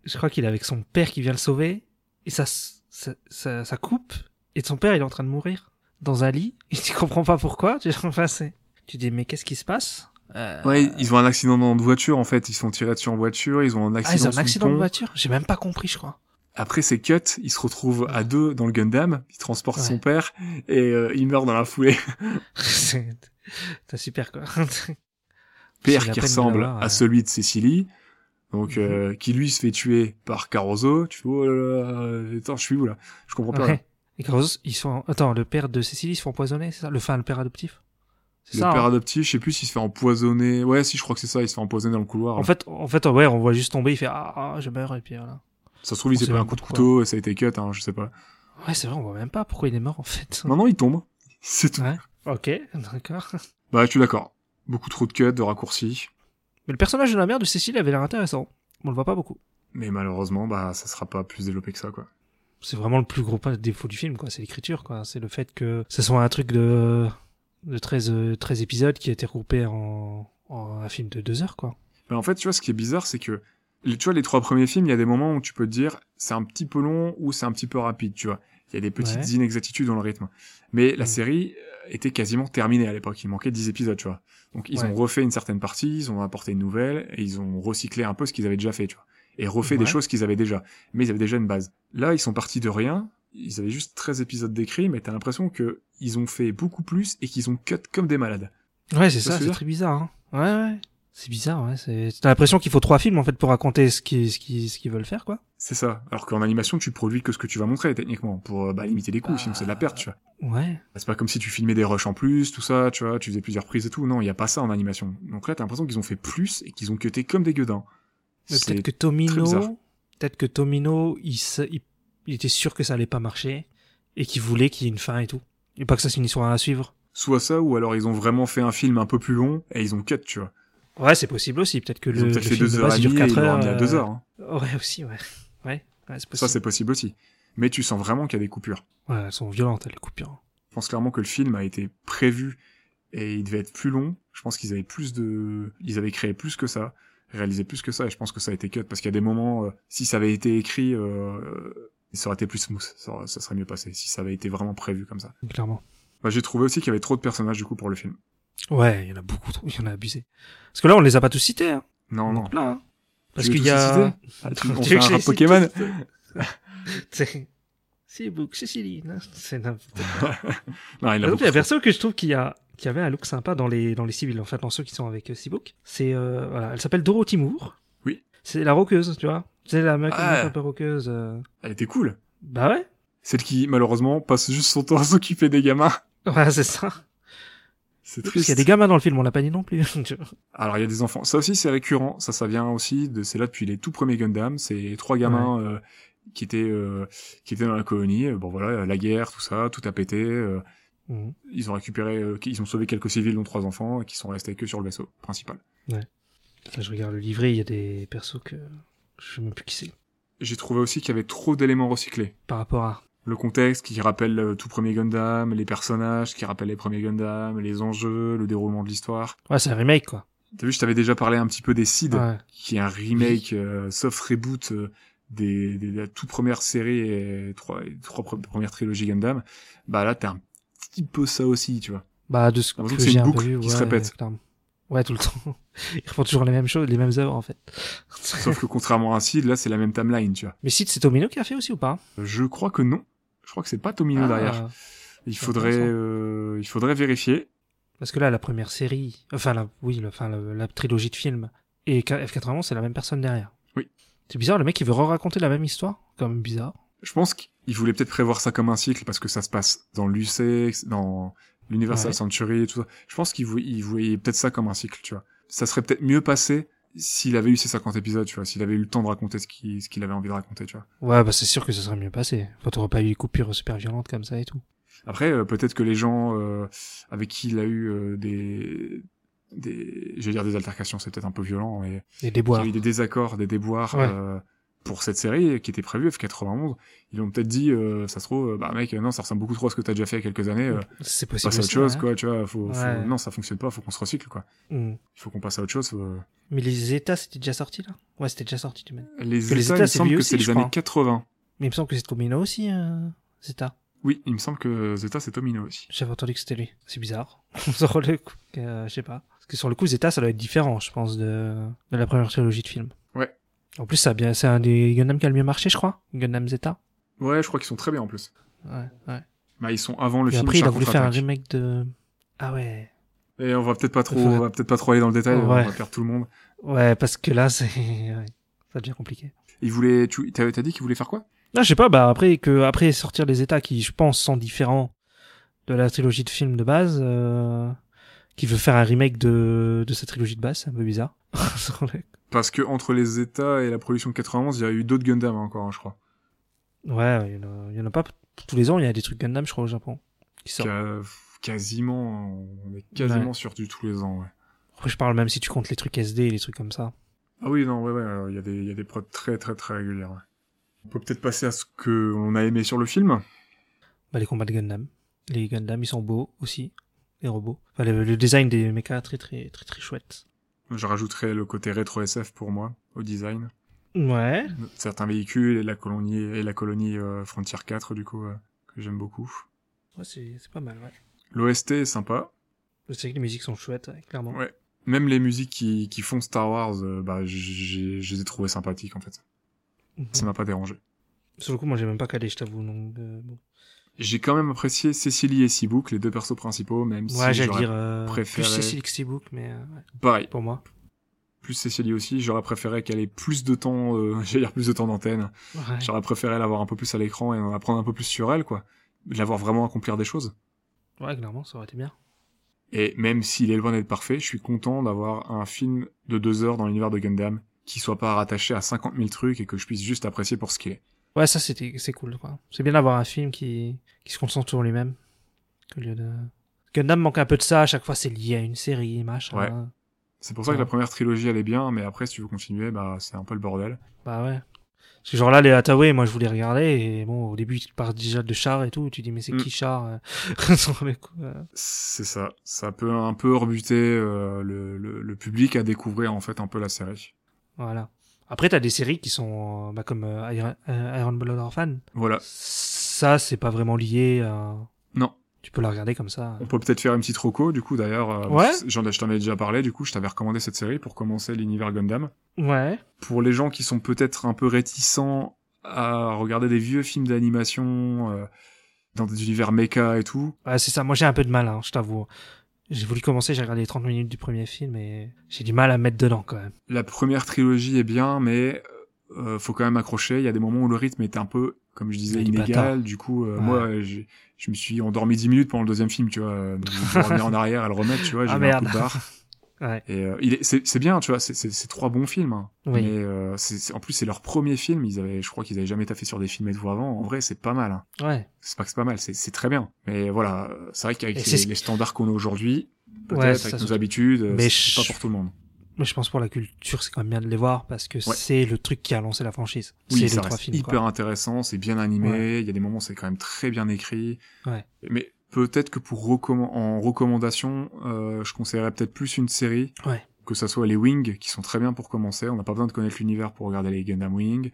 S5: je crois qu'il est avec son père qui vient le sauver et ça, s- ça, ça, ça coupe et son père il est en train de mourir dans un lit et tu comprends pas pourquoi. Tu enfin, c'est- tu dis mais qu'est-ce qui se passe Euh,
S6: Ouais, ils ont un accident dans- de voiture en fait, ils sont tirés dessus en voiture, ils ont un accident,
S5: Ah, ils ont un
S6: sous le
S5: accident de
S6: pont.
S5: voiture. J'ai même pas compris, je crois.
S6: Après c'est cut, ils se retrouvent à deux dans le Gundam, ils transportent
S5: Ouais.
S6: son père et euh, il meurt dans la foulée.
S5: C'est t'as super quoi. C'est
S6: Père qui
S5: la peine de
S6: ressemble
S5: l'avoir,
S6: à
S5: euh, ouais. Mhm.
S6: celui de Cécilie, donc euh, qui lui se fait tuer par Caruso. Tu fais oh là là, attends, je suis où là Je comprends pas.
S5: Ouais. Et Carlos, ils sont. Attends, le père de Cécilie se fait empoisonner, c'est ça Le enfin, le père adoptif. C'est
S6: Le
S5: ça.
S6: père
S5: hein.
S6: adoptif, je sais plus s'il se fait empoisonner. Ouais, si, je crois que c'est ça, il se fait empoisonner dans le couloir.
S5: En fait, en fait, ouais, on voit juste tomber, il fait ah, ah, je meurs et puis voilà.
S6: ça se trouve, il
S5: on
S6: s'est
S5: sait
S6: pris un
S5: même
S6: coup de
S5: pourquoi.
S6: couteau, et ça a été cut, hein, je sais pas.
S5: Ouais, c'est vrai, on voit même pas pourquoi il est mort en fait.
S6: Non, non, il tombe. C'est tout.
S5: Ouais. Ok, d'accord.
S6: Bah, je suis d'accord. Beaucoup trop de cuts, de raccourcis.
S5: Mais le personnage de la mère de Cécile avait l'air intéressant. On le voit pas beaucoup.
S6: Mais malheureusement, bah, ça sera pas plus développé que ça, quoi.
S5: C'est vraiment le plus gros point- défaut du film, quoi. C'est l'écriture, quoi. C'est le fait que ce soit un truc de, de 13, euh, 13 épisodes qui a été regroupé en, en un film de 2 heures, quoi.
S6: Bah, en fait, tu vois, ce qui est bizarre, c'est que, les- tu vois, les trois premiers films, il y a des moments où tu peux te dire, c'est un petit peu long ou c'est un petit peu rapide, tu vois. Il y a des petites
S5: Ouais.
S6: inexactitudes dans le rythme. Mais la
S5: Mm.
S6: série euh, était quasiment terminée à l'époque. Il manquait 10 épisodes, tu vois. Donc, ils
S5: Ouais.
S6: ont refait une certaine partie, ils ont apporté une nouvelle, et ils ont recyclé un peu ce qu'ils avaient déjà fait, tu vois. Et refait des
S5: Ouais.
S6: choses qu'ils avaient déjà. Mais ils avaient déjà une base. Là, ils sont partis de rien. Ils avaient juste 13 épisodes décrits, mais t'as l'impression que ils ont fait beaucoup plus et qu'ils ont cut comme des malades.
S5: Ouais, c'est
S6: Ça,
S5: ça,
S6: c'est
S5: c'est
S6: bizarre.
S5: très bizarre. Hein. Ouais, ouais. C'est bizarre, ouais. c'est- T'as l'impression qu'il faut trois films, en fait, pour raconter ce qu'ils ce qui, ce qu'ils veulent faire, quoi.
S6: C'est ça. Alors qu'en animation, tu produis que ce que tu vas montrer, techniquement, pour euh, bah, limiter les coûts, sinon c'est de la perte,
S5: Ah.
S6: tu vois. Bah,
S5: Ouais.
S6: C'est pas comme si tu filmais des rushs en plus, tout ça, tu vois, tu faisais plusieurs prises et tout. Non, il y a pas ça en animation. Donc là, t'as l'impression qu'ils ont fait plus et qu'ils ont cuté comme des gueudins.
S5: Mais
S6: C'est-
S5: peut-être que
S6: très bizarre.
S5: Tomino, peut-être que Tomino, il, sa- il, il était sûr que ça allait pas marcher et qu'il voulait qu'il y ait une fin et tout. Et pas que ça c'est une histoire à suivre.
S6: Soit ça, ou alors ils ont vraiment fait un film un peu plus long et ils ont cut, tu vois.
S5: Ouais, c'est possible aussi. Peut-être que
S6: Ils
S5: le,
S6: ont
S5: le
S6: peut-être fait
S5: film de
S6: deux heures
S5: base
S6: et
S5: il dure
S6: demie et ils
S5: quatre
S6: l'ont
S5: heures.
S6: remis à deux
S5: euh,
S6: heures. hein.
S5: Ouais, aussi, ouais. Ouais, ouais c'est
S6: Ça,
S5: possible.
S6: c'est possible aussi. Mais tu sens vraiment qu'il y a des coupures.
S5: ouais, elles sont violentes, les coupures. hein,
S6: Je pense clairement que le film a été prévu et il devait être plus long. Je pense qu'ils avaient plus de, ils avaient créé plus que ça, réalisé plus que ça, et je pense que ça a été cut parce qu'il y a des moments, euh, si ça avait été écrit, euh, ça aurait été plus smooth, ça, aurait- ça serait mieux passé, si ça avait été vraiment prévu comme ça.
S5: Clairement.
S6: Bah, j'ai trouvé aussi qu'il y avait trop de personnages du coup pour le film.
S5: Ouais, il y en a beaucoup trop. Il y en a abusé. Parce que là, on les a pas tous cités. Hein.
S6: Non, non.
S5: Là, hein. Parce
S6: veux
S5: qu'il
S6: tous
S5: y
S6: les
S5: a.
S6: citer Ah, tu- on fait
S5: Tu veux que
S6: un
S5: je les
S6: rap
S5: cite
S6: Pokémon
S5: C'est c'est Book, c'est Céline. hein. C'est n'importe quoi.
S6: Non, il
S5: Par
S6: a
S5: exemple, il y a
S6: beaucoup
S5: un
S6: trop.
S5: perso que je trouve qui a qui avait un look sympa dans les dans les civils en fait dans ceux qui sont avec euh, Seabook. C'est euh, voilà, elle s'appelle Dorothy Moore.
S6: Oui.
S5: C'est la roqueuse, tu vois. C'est la meuf
S6: Ah.
S5: meuf un peu roqueuse. euh.
S6: Elle était cool.
S5: Bah ouais.
S6: Celle qui malheureusement passe juste son temps à s'occuper des gamins.
S5: Ouais, c'est ça.
S6: C'est
S5: Parce
S6: triste.
S5: qu'il y a des gamins dans le film, on l'a pas dit non plus. tu vois.
S6: Alors il y a des enfants. Ça aussi c'est récurrent. Ça ça vient aussi de c'est là depuis les tout premiers Gundam. C'est trois gamins euh, qui étaient euh, qui étaient dans la colonie. Euh, Bon voilà la guerre tout ça tout a pété. euh,
S5: Mhm.
S6: ils ont récupéré euh, qui- ils ont sauvé quelques civils dont trois enfants et qui sont restés que sur le vaisseau principal.
S5: Là, je regarde le livret, il y a des persos que je sais même plus qui c'est.
S6: J'ai trouvé aussi qu'il y avait trop d'éléments recyclés.
S5: Par rapport à
S6: Le contexte qui rappelle le tout premier Gundam, les personnages qui rappellent les premiers Gundam, les enjeux, le déroulement de l'histoire.
S5: Ouais, c'est un remake quoi.
S6: T'as vu, je t'avais déjà parlé un petit peu des Seeds.
S5: Ouais.
S6: qui est un remake euh, soft reboot euh, des, des- de la toute première série et trois, et trois pre- premières trilogies Gundam, bah là t'as un petit peu ça aussi, tu vois.
S5: Bah de ce
S6: J'ai l'impression
S5: que
S6: que c'est
S5: j'ai
S6: une
S5: un peu
S6: boucle
S5: vu,
S6: qui se
S5: ouais,
S6: répète.
S5: clairement. Ouais, tout le temps. Ils refont toujours les mêmes choses, les mêmes œuvres en fait.
S6: Sauf que contrairement à Seed, là c'est la même timeline, tu vois.
S5: Mais Sid, c'est Tomino qui a fait aussi ou pas
S6: Je crois que non. Je crois que c'est pas Tomino
S5: Ah,
S6: derrière. Il faudrait,
S5: intéressant.
S6: euh, il faudrait vérifier.
S5: Parce que là, la première série, enfin, la, oui, le- enfin, le- la trilogie de films et K- F91, c'est la même personne derrière.
S6: Oui.
S5: C'est bizarre, le mec, il veut re-raconter la même histoire. Quand même bizarre.
S6: Je pense qu'il voulait peut-être prévoir ça comme un cycle parce que ça se passe dans l'UC, dans l'Universal
S5: Ouais.
S6: Century et tout ça. Je pense qu'il vou- il voyait peut-être ça comme un cycle, tu vois. Ça serait peut-être mieux passé s'il avait eu ses 50 épisodes, tu vois, s'il avait eu le temps de raconter ce qu'il ce qu'il avait envie de raconter, tu vois.
S5: Ouais, bah c'est sûr que ça serait mieux passé. Quand t'aurais pas eu les coupures super violentes comme ça et tout.
S6: Après, euh, peut-être que les gens euh, avec qui il a eu euh, des des je vais dire des altercations, c'est peut-être un peu violent, mais
S5: Les
S6: qui
S5: déboires.
S6: a eu des désaccords, des déboires
S5: Ouais.
S6: euh, pour cette série qui était prévue F91, ils ont peut-être dit euh, ça se trouve euh, bah mec euh, non ça ressemble beaucoup trop à ce que t'as déjà fait il y a quelques années, euh,
S5: C'est possible.
S6: passe à autre
S5: aussi,
S6: chose
S5: ouais.
S6: quoi, tu vois, faut, faut-
S5: Ouais.
S6: non ça fonctionne pas, faut qu'on se recycle quoi.
S5: Mm.
S6: Il faut qu'on passe à autre chose. euh.
S5: Mais les États, c'était déjà sorti là Ouais, c'était déjà sorti, tu m'as dit.
S6: Les États,
S5: Que les
S6: il
S5: États,
S6: me
S5: c'est
S6: semble
S5: lui
S6: que
S5: aussi,
S6: c'est les
S5: je
S6: années
S5: crois.
S6: 80.
S5: Mais il me semble que c'est Tomino aussi, euh, Zeta.
S6: Oui, il me semble que Zeta c'est Tomino aussi.
S5: J'avais entendu que c'était lui. C'est bizarre. sur le coup, euh, je sais pas. Parce que sur le coup, Zeta, ça doit être différent, je pense, de, de la première trilogie de film.
S6: Ouais.
S5: En plus, ça a bien, c'est un des Gundam qui a le mieux marché, je crois. Gundam Zeta.
S6: Ouais, je crois qu'ils sont très bien en plus.
S5: Ouais, ouais.
S6: Bah ils sont avant le
S5: Et
S6: film.
S5: après, il
S6: Char
S5: a voulu faire un
S6: contre-attaque.
S5: remake de. Ah ouais.
S6: Et on va peut-être pas trop,
S5: Faudrait-
S6: on va peut-être pas trop aller dans le détail, hein,
S5: Ouais.
S6: on va perdre tout le monde.
S5: Ouais, parce que là, c'est. ouais, Ça devient compliqué.
S6: Il voulait, tu t'as t'as dit qu'il voulait faire quoi
S5: Là, je sais pas, bah après, que, après sortir les États qui, je pense, sont différents de la trilogie de films de base, euh, qui veut faire un remake de, de cette trilogie de base, c'est un peu bizarre. Sur le-
S6: Parce que entre les États et la production de 91, il y a eu d'autres Gundam hein, encore, hein, je crois.
S5: Ouais, il y, en a, il y en a pas tous les ans, il y a des trucs Gundam, je crois, au Japon. Qui sortent.
S6: Qu'a- Quasiment, on est quasiment sur du tous les ans. Ouais.
S5: Après, je parle même si tu comptes les trucs SD et les trucs comme ça.
S6: Ah oui, non, ouais, ouais, euh, il y a des, il y a des prods très, très, très régulières. ouais. On peut peut-être passer à ce que on a aimé sur le film.
S5: Bah, les combats de Gundam. Les Gundam, ils sont beaux aussi. Les robots. Enfin, le, le design des mechas, très, très, très, très chouette.
S6: Je rajouterai le côté rétro SF pour moi au design.
S5: Ouais.
S6: Certains véhicules et la colonie et la colonie euh, Frontier 4 du coup euh, que j'aime beaucoup.
S5: Ouais, c'est c'est pas mal, ouais.
S6: L'OST est sympa.
S5: Je sais que les musiques sont chouettes, ouais, clairement.
S6: Ouais. Même les musiques qui, qui font Star Wars, euh, bah, j'ai- je les ai trouvées sympathiques, en fait.
S5: Mhm.
S6: Ça m'a pas dérangé.
S5: Sur le coup, moi, j'ai même pas calé, je t'avoue, donc, euh, bon.
S6: J'ai quand même apprécié Cécilie et Seabook, les deux persos principaux, même
S5: Ouais,
S6: si
S5: j'allais
S6: j'aurais-
S5: dire, euh,
S6: préféré-
S5: plus Cécile Xbook, mais, euh, ouais,
S6: pareil,
S5: pour moi.
S6: plus Cécilie aussi, j'aurais préféré qu'elle ait plus de temps, euh, j'allais dire plus de temps d'antenne.
S5: Ouais.
S6: J'aurais préféré l'avoir un peu plus à l'écran et en apprendre un peu plus sur elle, quoi. L'avoir vraiment accomplir des choses.
S5: Ouais, clairement, ça aurait été bien.
S6: Et même s'il est loin d'être parfait, je suis content d'avoir un film de deux heures dans l'univers de Gundam qui soit pas rattaché à 50 000 trucs et que je puisse juste apprécier pour ce qu'il est.
S5: Ouais, ça, c'était, c'est cool, quoi. C'est bien d'avoir un film qui, qui se concentre sur lui-même. Au lieu de... Gundam manque un peu de ça, à chaque fois, c'est lié à une série, machin.
S6: Ouais. C'est pour ça que
S5: Ouais.
S6: la première trilogie elle est bien, mais après si tu veux continuer, bah c'est un peu le bordel.
S5: Bah ouais. Parce que genre là, les Hathaway, moi je voulais regarder, et bon, au début, tu parles déjà de char et tout, tu dis, mais c'est
S6: Mm.
S5: qui char euh, sur le coup, euh.
S6: C'est ça. Ça peut un peu rebuter euh, le, le, le public à découvrir en fait un peu la série.
S5: Voilà. Après, t'as des séries qui sont, euh, bah, comme euh, Iron, euh, Iron Blood Orphan.
S6: Voilà.
S5: Ça, c'est pas vraiment lié à...
S6: Non.
S5: Tu peux la regarder comme ça.
S6: On peut peut-être faire une petite roco du coup d'ailleurs. euh,
S5: Ouais.
S6: J'en ai- je t'en ai déjà parlé. Du coup, je t'avais recommandé cette série pour commencer l'univers Gundam.
S5: Ouais.
S6: Pour les gens qui sont peut-être un peu réticents à regarder des vieux films d'animation euh, dans des univers mecha et tout,
S5: Ouais, c'est ça. Moi, j'ai un peu de mal, hein, je t'avoue. J'ai voulu commencer, j'ai regardé les 30 minutes du premier film, et j'ai du mal à me mettre dedans, quand même.
S6: la première trilogie est bien, mais euh, faut quand même accrocher. Il y a des moments où le rythme est un peu, comme je disais,
S5: Il est
S6: inégal.
S5: bâtard.
S6: Du coup, euh,
S5: Ouais.
S6: moi, j'ai- je me suis endormi 10 minutes pendant le deuxième film, tu vois. euh, donc, Pour revenir en arrière et le remettre, tu vois, j'ai
S5: Ah,
S6: mis un coup de
S5: merde.
S6: barre.
S5: Ouais.
S6: Et euh, il est- c'est c'est bien, tu vois. c'est- C'est c'est trois bons films. hein.
S5: Oui.
S6: Mais euh, c'est- c'est- en plus, c'est leur premier film. Ils avaient, je crois qu'ils avaient jamais taffé sur des films et tout avant. En vrai, c'est pas mal. hein.
S5: Ouais.
S6: C'est pas que c'est pas mal, c'est- c'est très bien. Mais voilà, euh, c'est vrai qu'avec
S5: Et
S6: les,
S5: c'est ce
S6: les standards qu'on a aujourd'hui, peut-être
S5: Ouais,
S6: avec
S5: ça,
S6: nos
S5: surtout.
S6: habitudes, euh,
S5: Mais
S6: c'est
S5: je-
S6: pas pour tout le monde.
S5: Mais je pense pour la culture, c'est quand même bien de les voir parce que
S6: Ouais.
S5: c'est le truc qui a lancé la franchise.
S6: Oui,
S5: c'est
S6: ça
S5: les trois
S6: reste
S5: films.
S6: hyper
S5: quoi.
S6: intéressant, c'est bien animé, il y a des moments où c'est quand même très bien écrit.
S5: Ouais.
S6: Mais peut-être que pour recomm- en recommandation, euh, je conseillerais peut-être plus une série,
S5: Ouais.
S6: que ça soit les Wings, qui sont très bien pour commencer, on n'a pas besoin de connaître l'univers pour regarder les Gundam Wing,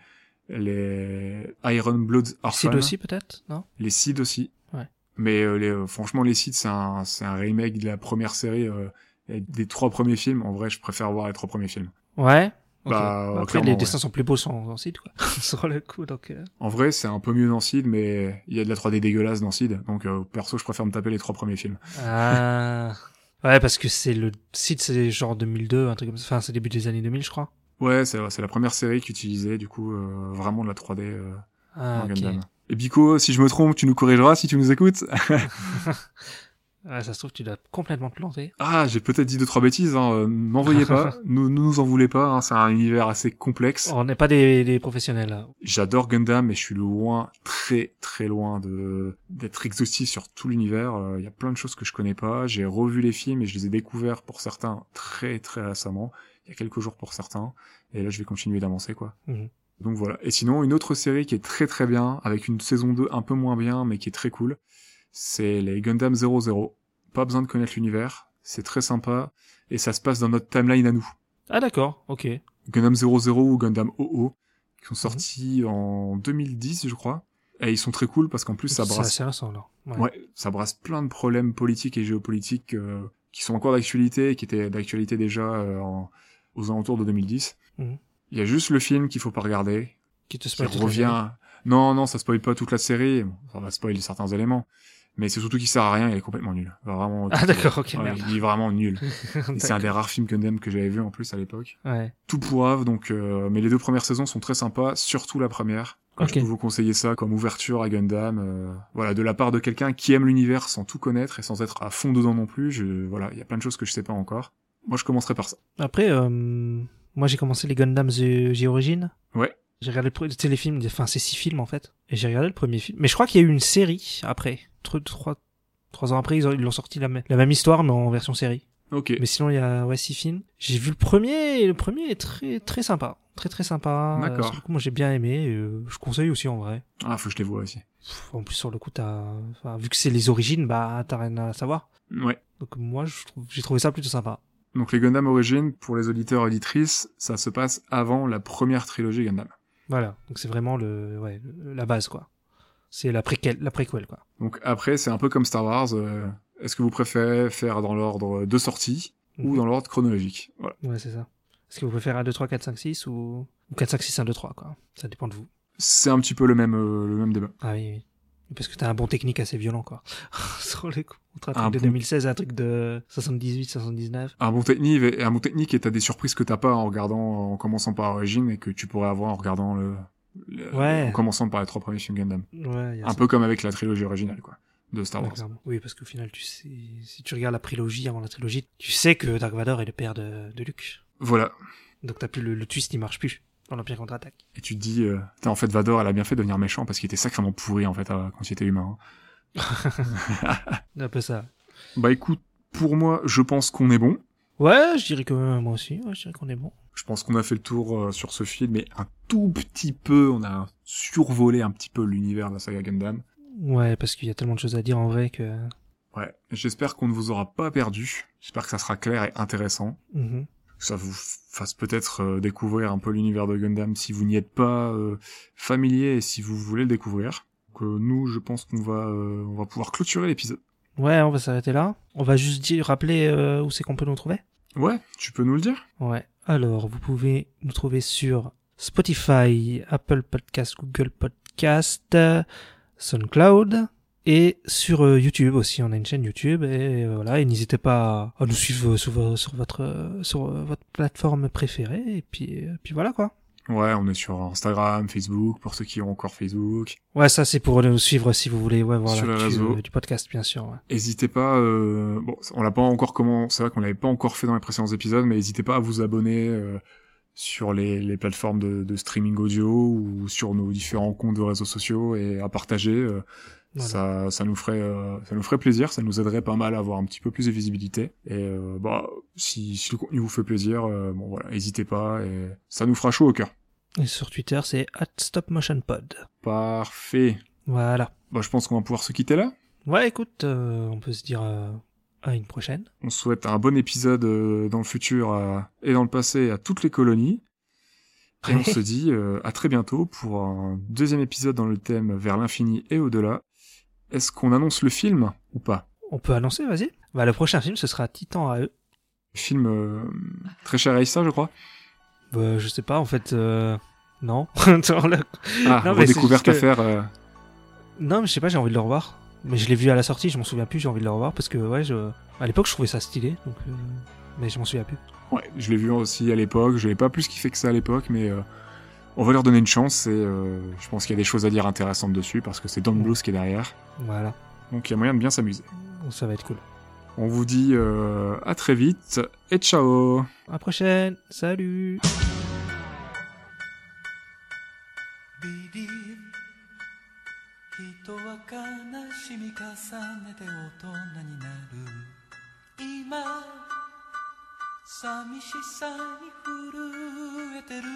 S6: les Iron Blood
S5: C'est
S6: Orphan,
S5: aussi peut-être, non
S6: les Seed aussi.
S5: Ouais.
S6: Mais euh, les, euh, franchement, les Seed, c'est un, c'est un remake de la première série, euh, et des trois premiers films. En vrai, je préfère voir les trois premiers films.
S5: Ouais. ok.
S6: Bah,
S5: Après,
S6: clairement,
S5: les
S6: ouais.
S5: dessins sont plus beaux sans sans site, quoi. Sur le coup, donc. euh,
S6: En vrai, c'est un peu mieux dans Seed, mais il y a de la 3D dégueulasse dans Seed, donc euh, perso, je préfère me taper les trois premiers films.
S5: Ah. ouais, parce que c'est le site, c'est genre 2002, un truc comme ça. Enfin, c'est début des années 2000, je crois.
S6: Ouais, c'est c'est la première série qui utilisait du coup euh, vraiment de la 3D euh,
S5: Ah,
S6: dans
S5: ok.
S6: Gundam. Et Biko, si je me trompe, tu nous corrigeras si tu nous écoutes.
S5: Ouais, ça se trouve, tu dois complètement te planter.
S6: Ah, j'ai peut-être dit deux trois bêtises. Hein. euh, M'envoyez pas, nous, nous nous en voulez pas. Hein. C'est un univers assez complexe.
S5: On n'est pas des, des professionnels. là.
S6: J'adore Gundam, mais je suis loin, très très loin de d'être exhaustif sur tout l'univers. Euh, Il y a plein de choses que je connais pas. J'ai revu les films et je les ai découverts pour certains très très récemment. Il y a quelques jours pour certains. Et là, je vais continuer d'avancer quoi.
S5: Mhm.
S6: Donc voilà. Et sinon, une autre série qui est très très bien, avec une saison 2 un peu moins bien, mais qui est très cool, c'est les Gundam 00. Pas besoin de connaître l'univers, c'est très sympa, et ça se passe dans notre timeline à nous.
S5: Ah d'accord, ok.
S6: Gundam 00 ou Gundam OO, qui sont
S5: Mhm.
S6: sortis en 2010, je crois. Et ils sont très cool parce qu'en plus, ça
S5: C'est
S6: brasse,
S5: assez récent, alors. Ouais.
S6: ouais, ça brasse plein de problèmes politiques et géopolitiques euh, qui sont encore d'actualité, et qui étaient d'actualité déjà euh, en- aux alentours de 2010.
S5: Mhm.
S6: Il y a juste le film qu'il faut pas regarder,
S5: Qui te
S6: qui
S5: spoil toute la série.
S6: revient. Non, non, ça spoil pas toute la série. Bon, ça va spoiler certains éléments. Mais c'est surtout qu'il sert à rien, il est complètement nul. Vraiment.
S5: Ah d'accord, ok,
S6: Ouais,
S5: merde.
S6: il est vraiment nul. Et c'est
S5: D'accord.
S6: un des rares films Gundam que j'avais vu en plus à l'époque
S5: Ouais.
S6: tout pourrave donc euh, mais les deux premières saisons sont très sympas surtout la première Quand
S5: Ok.
S6: je peux vous conseiller ça comme ouverture à Gundam euh, voilà de la part de quelqu'un qui aime l'univers sans tout connaître et sans être à fond dedans non plus je voilà il y a plein de choses que je sais pas encore moi je commencerai par ça
S5: Après, euh, moi j'ai commencé les Gundam The, The Origin.
S6: Ouais.
S5: J'ai regardé le pre- le téléfilm, enfin c'est six films en fait. Et j'ai regardé le premier film. Mais je crois qu'il y a eu une série après. Tro- Trois, trois ans après, ils ont- ils l'ont sorti la, même- la même histoire mais en version série.
S6: ok
S5: Mais sinon, il y a ouais, six films. J'ai vu le premier et le premier est très très sympa. Très très sympa. Euh,
S6: D'accord.
S5: sur le coup, moi j'ai bien aimé. euh, je conseille aussi en vrai.
S6: ah faut que je les vois aussi
S5: Pff, en plus, sur le coup, t'as, enfin, vu que c'est les origines, bah t'as rien à savoir.
S6: ouais
S5: Donc moi, je trouve- j'ai trouvé ça plutôt sympa.
S6: donc les Gundam Origins pour les auditeurs et auditrices ça se passe avant la première trilogie Gundam
S5: Voilà. Donc c'est vraiment le, ouais, le- la base quoi. C'est la préquelle, la préquelle quoi.
S6: donc après c'est un peu comme Star Wars euh, est-ce que vous préférez faire dans l'ordre de sortie
S5: Mhm.
S6: ou dans l'ordre chronologique voilà
S5: Ouais, c'est ça. Est-ce que vous préférez 1, 2, 3, 4, 5, 6 ou, ou 4, 5, 6, 1, 2, 3 quoi. Ça dépend de vous.
S6: c'est un petit peu le même euh, le même débat
S5: Ah oui, oui. Parce que t'as un bon technique assez violent, quoi. Sur le coup. Entre un truc
S6: Un
S5: de
S6: bon-
S5: 2016 à un truc de 78, 79.
S6: un bon technique et un bon technique et t'as des surprises que t'as pas en regardant en commençant par Origin et que tu pourrais avoir en regardant le, le-
S5: Ouais.
S6: en commençant par les trois premiers films Gundam
S5: Ouais, il y a
S6: un
S5: ça.
S6: peu comme avec la trilogie originale quoi de Star
S5: Ouais,
S6: Wars
S5: clairement. Oui, parce qu'au final, tu sais, si tu regardes la prélogie avant la trilogie, tu sais que Dark Vador est le père de, de Luke.
S6: voilà
S5: Donc t'as plus le, le twist, il marche plus dans l'Empire contre-attaque.
S6: et tu te dis euh, putain, en fait Vador elle a bien fait de devenir méchant parce qu'il était sacrément pourri en fait euh, quand il était humain hein.
S5: C'est Un peu ça.
S6: bah écoute pour moi je pense qu'on est bon
S5: Ouais, je dirais que euh, moi aussi, ouais, je dirais qu'on est bon.
S6: je pense qu'on a fait le tour euh, sur ce film mais un tout petit peu on a survolé un petit peu l'univers de la saga Gundam
S5: Ouais, parce qu'il y a tellement de choses à dire en vrai que...
S6: ouais j'espère qu'on ne vous aura pas perdu j'espère que ça sera clair et intéressant
S5: Mhm.
S6: que ça vous fasse peut-être euh, découvrir un peu l'univers de Gundam si vous n'y êtes pas euh, familier et si vous voulez le découvrir. Donc, euh, nous, je pense qu'on va, euh, on va pouvoir clôturer l'épisode.
S5: Ouais, on va s'arrêter là. On va juste dire, rappeler euh, où c'est qu'on peut nous trouver.
S6: Ouais, tu peux nous le dire
S5: Ouais. Alors, vous pouvez nous trouver sur Spotify, Apple Podcast, Google Podcast, euh, SoundCloud et sur euh, YouTube aussi. On a une chaîne YouTube et euh, voilà. Et n'hésitez pas à nous suivre euh, sur, vo- sur votre euh, sur euh, votre plateforme préférée. Et puis euh, puis voilà quoi.
S6: Ouais, on est sur Instagram, Facebook, pour ceux qui ont encore Facebook.
S5: Ouais, ça c'est pour nous suivre si vous voulez ouais, voir
S6: Sur les
S5: l'actu,
S6: réseaux.
S5: euh, du podcast bien sûr. Ouais.
S6: N'hésitez pas, euh, bon, on l'a pas encore comment, c'est vrai qu'on l'avait pas encore fait dans les précédents épisodes, mais n'hésitez pas à vous abonner euh, sur les, les plateformes de, de streaming audio ou sur nos différents comptes de réseaux sociaux et à partager. euh,
S5: Voilà.
S6: Ça, ça nous ferait, euh, ça nous ferait plaisir, ça nous aiderait pas mal à avoir un petit peu plus de visibilité. Et euh, bah, si, si le contenu vous fait plaisir, euh, bon voilà, n'hésitez pas, et ça nous fera chaud au cœur.
S5: Et sur Twitter c'est @stopmotionpod.
S6: Parfait.
S5: Voilà.
S6: Bah, je pense qu'on va pouvoir se quitter là.
S5: Ouais, écoute, euh, on peut se dire euh, à une prochaine.
S6: On souhaite un bon épisode euh, dans le futur à- et dans le passé à toutes les colonies. Et on se dit euh, à très bientôt pour un deuxième épisode dans le thème vers l'infini et au-delà. Est-ce qu'on annonce le film ou pas
S5: On peut annoncer, vas-y. Bah, le prochain film, ce sera Titan à eux.
S6: Le film euh, très cher à Issa, je crois.
S5: Bah, je sais pas, en fait, euh... non. Attends, là.
S6: Ah,
S5: Non, mais c'est
S6: redécouverte à
S5: juste que-
S6: faire. euh,
S5: non, mais je sais pas, j'ai envie de le revoir. Mais je l'ai vu à la sortie, je m'en souviens plus, j'ai envie de le revoir parce que, ouais, je... à l'époque, je trouvais ça stylé, donc, euh, mais je m'en souviens plus.
S6: Ouais, je l'ai vu aussi à l'époque. Je l'ai pas plus kiffé que ça à l'époque, mais euh, on va leur donner une chance et euh, je pense qu'il y a des choses à dire intéressantes dessus parce que c'est Don Bluth qui est derrière.
S5: Voilà,
S6: Donc il y a moyen de bien s'amuser.
S5: Donc, ça va être cool.
S6: On vous dit euh, à très vite et ciao
S5: À la prochaine. Salut.
S7: Believe 人は悲しみ重ねて大人になる今寂しさに震えてる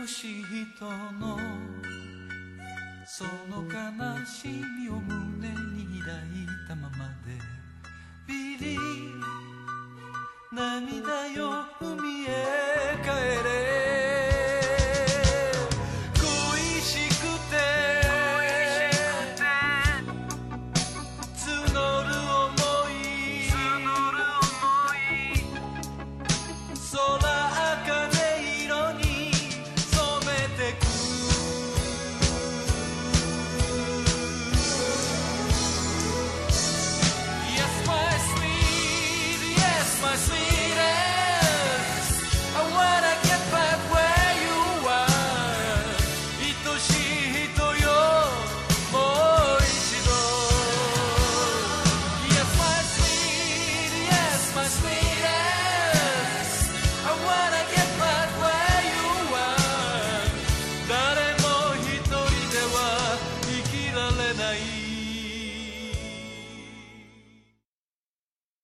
S7: 愛しい人のその悲しみを胸に抱いたままで Believe 涙よ海へ帰れ恋しくて募る想い空茜色に染めてく「Yes, my sweet, yes, my sweet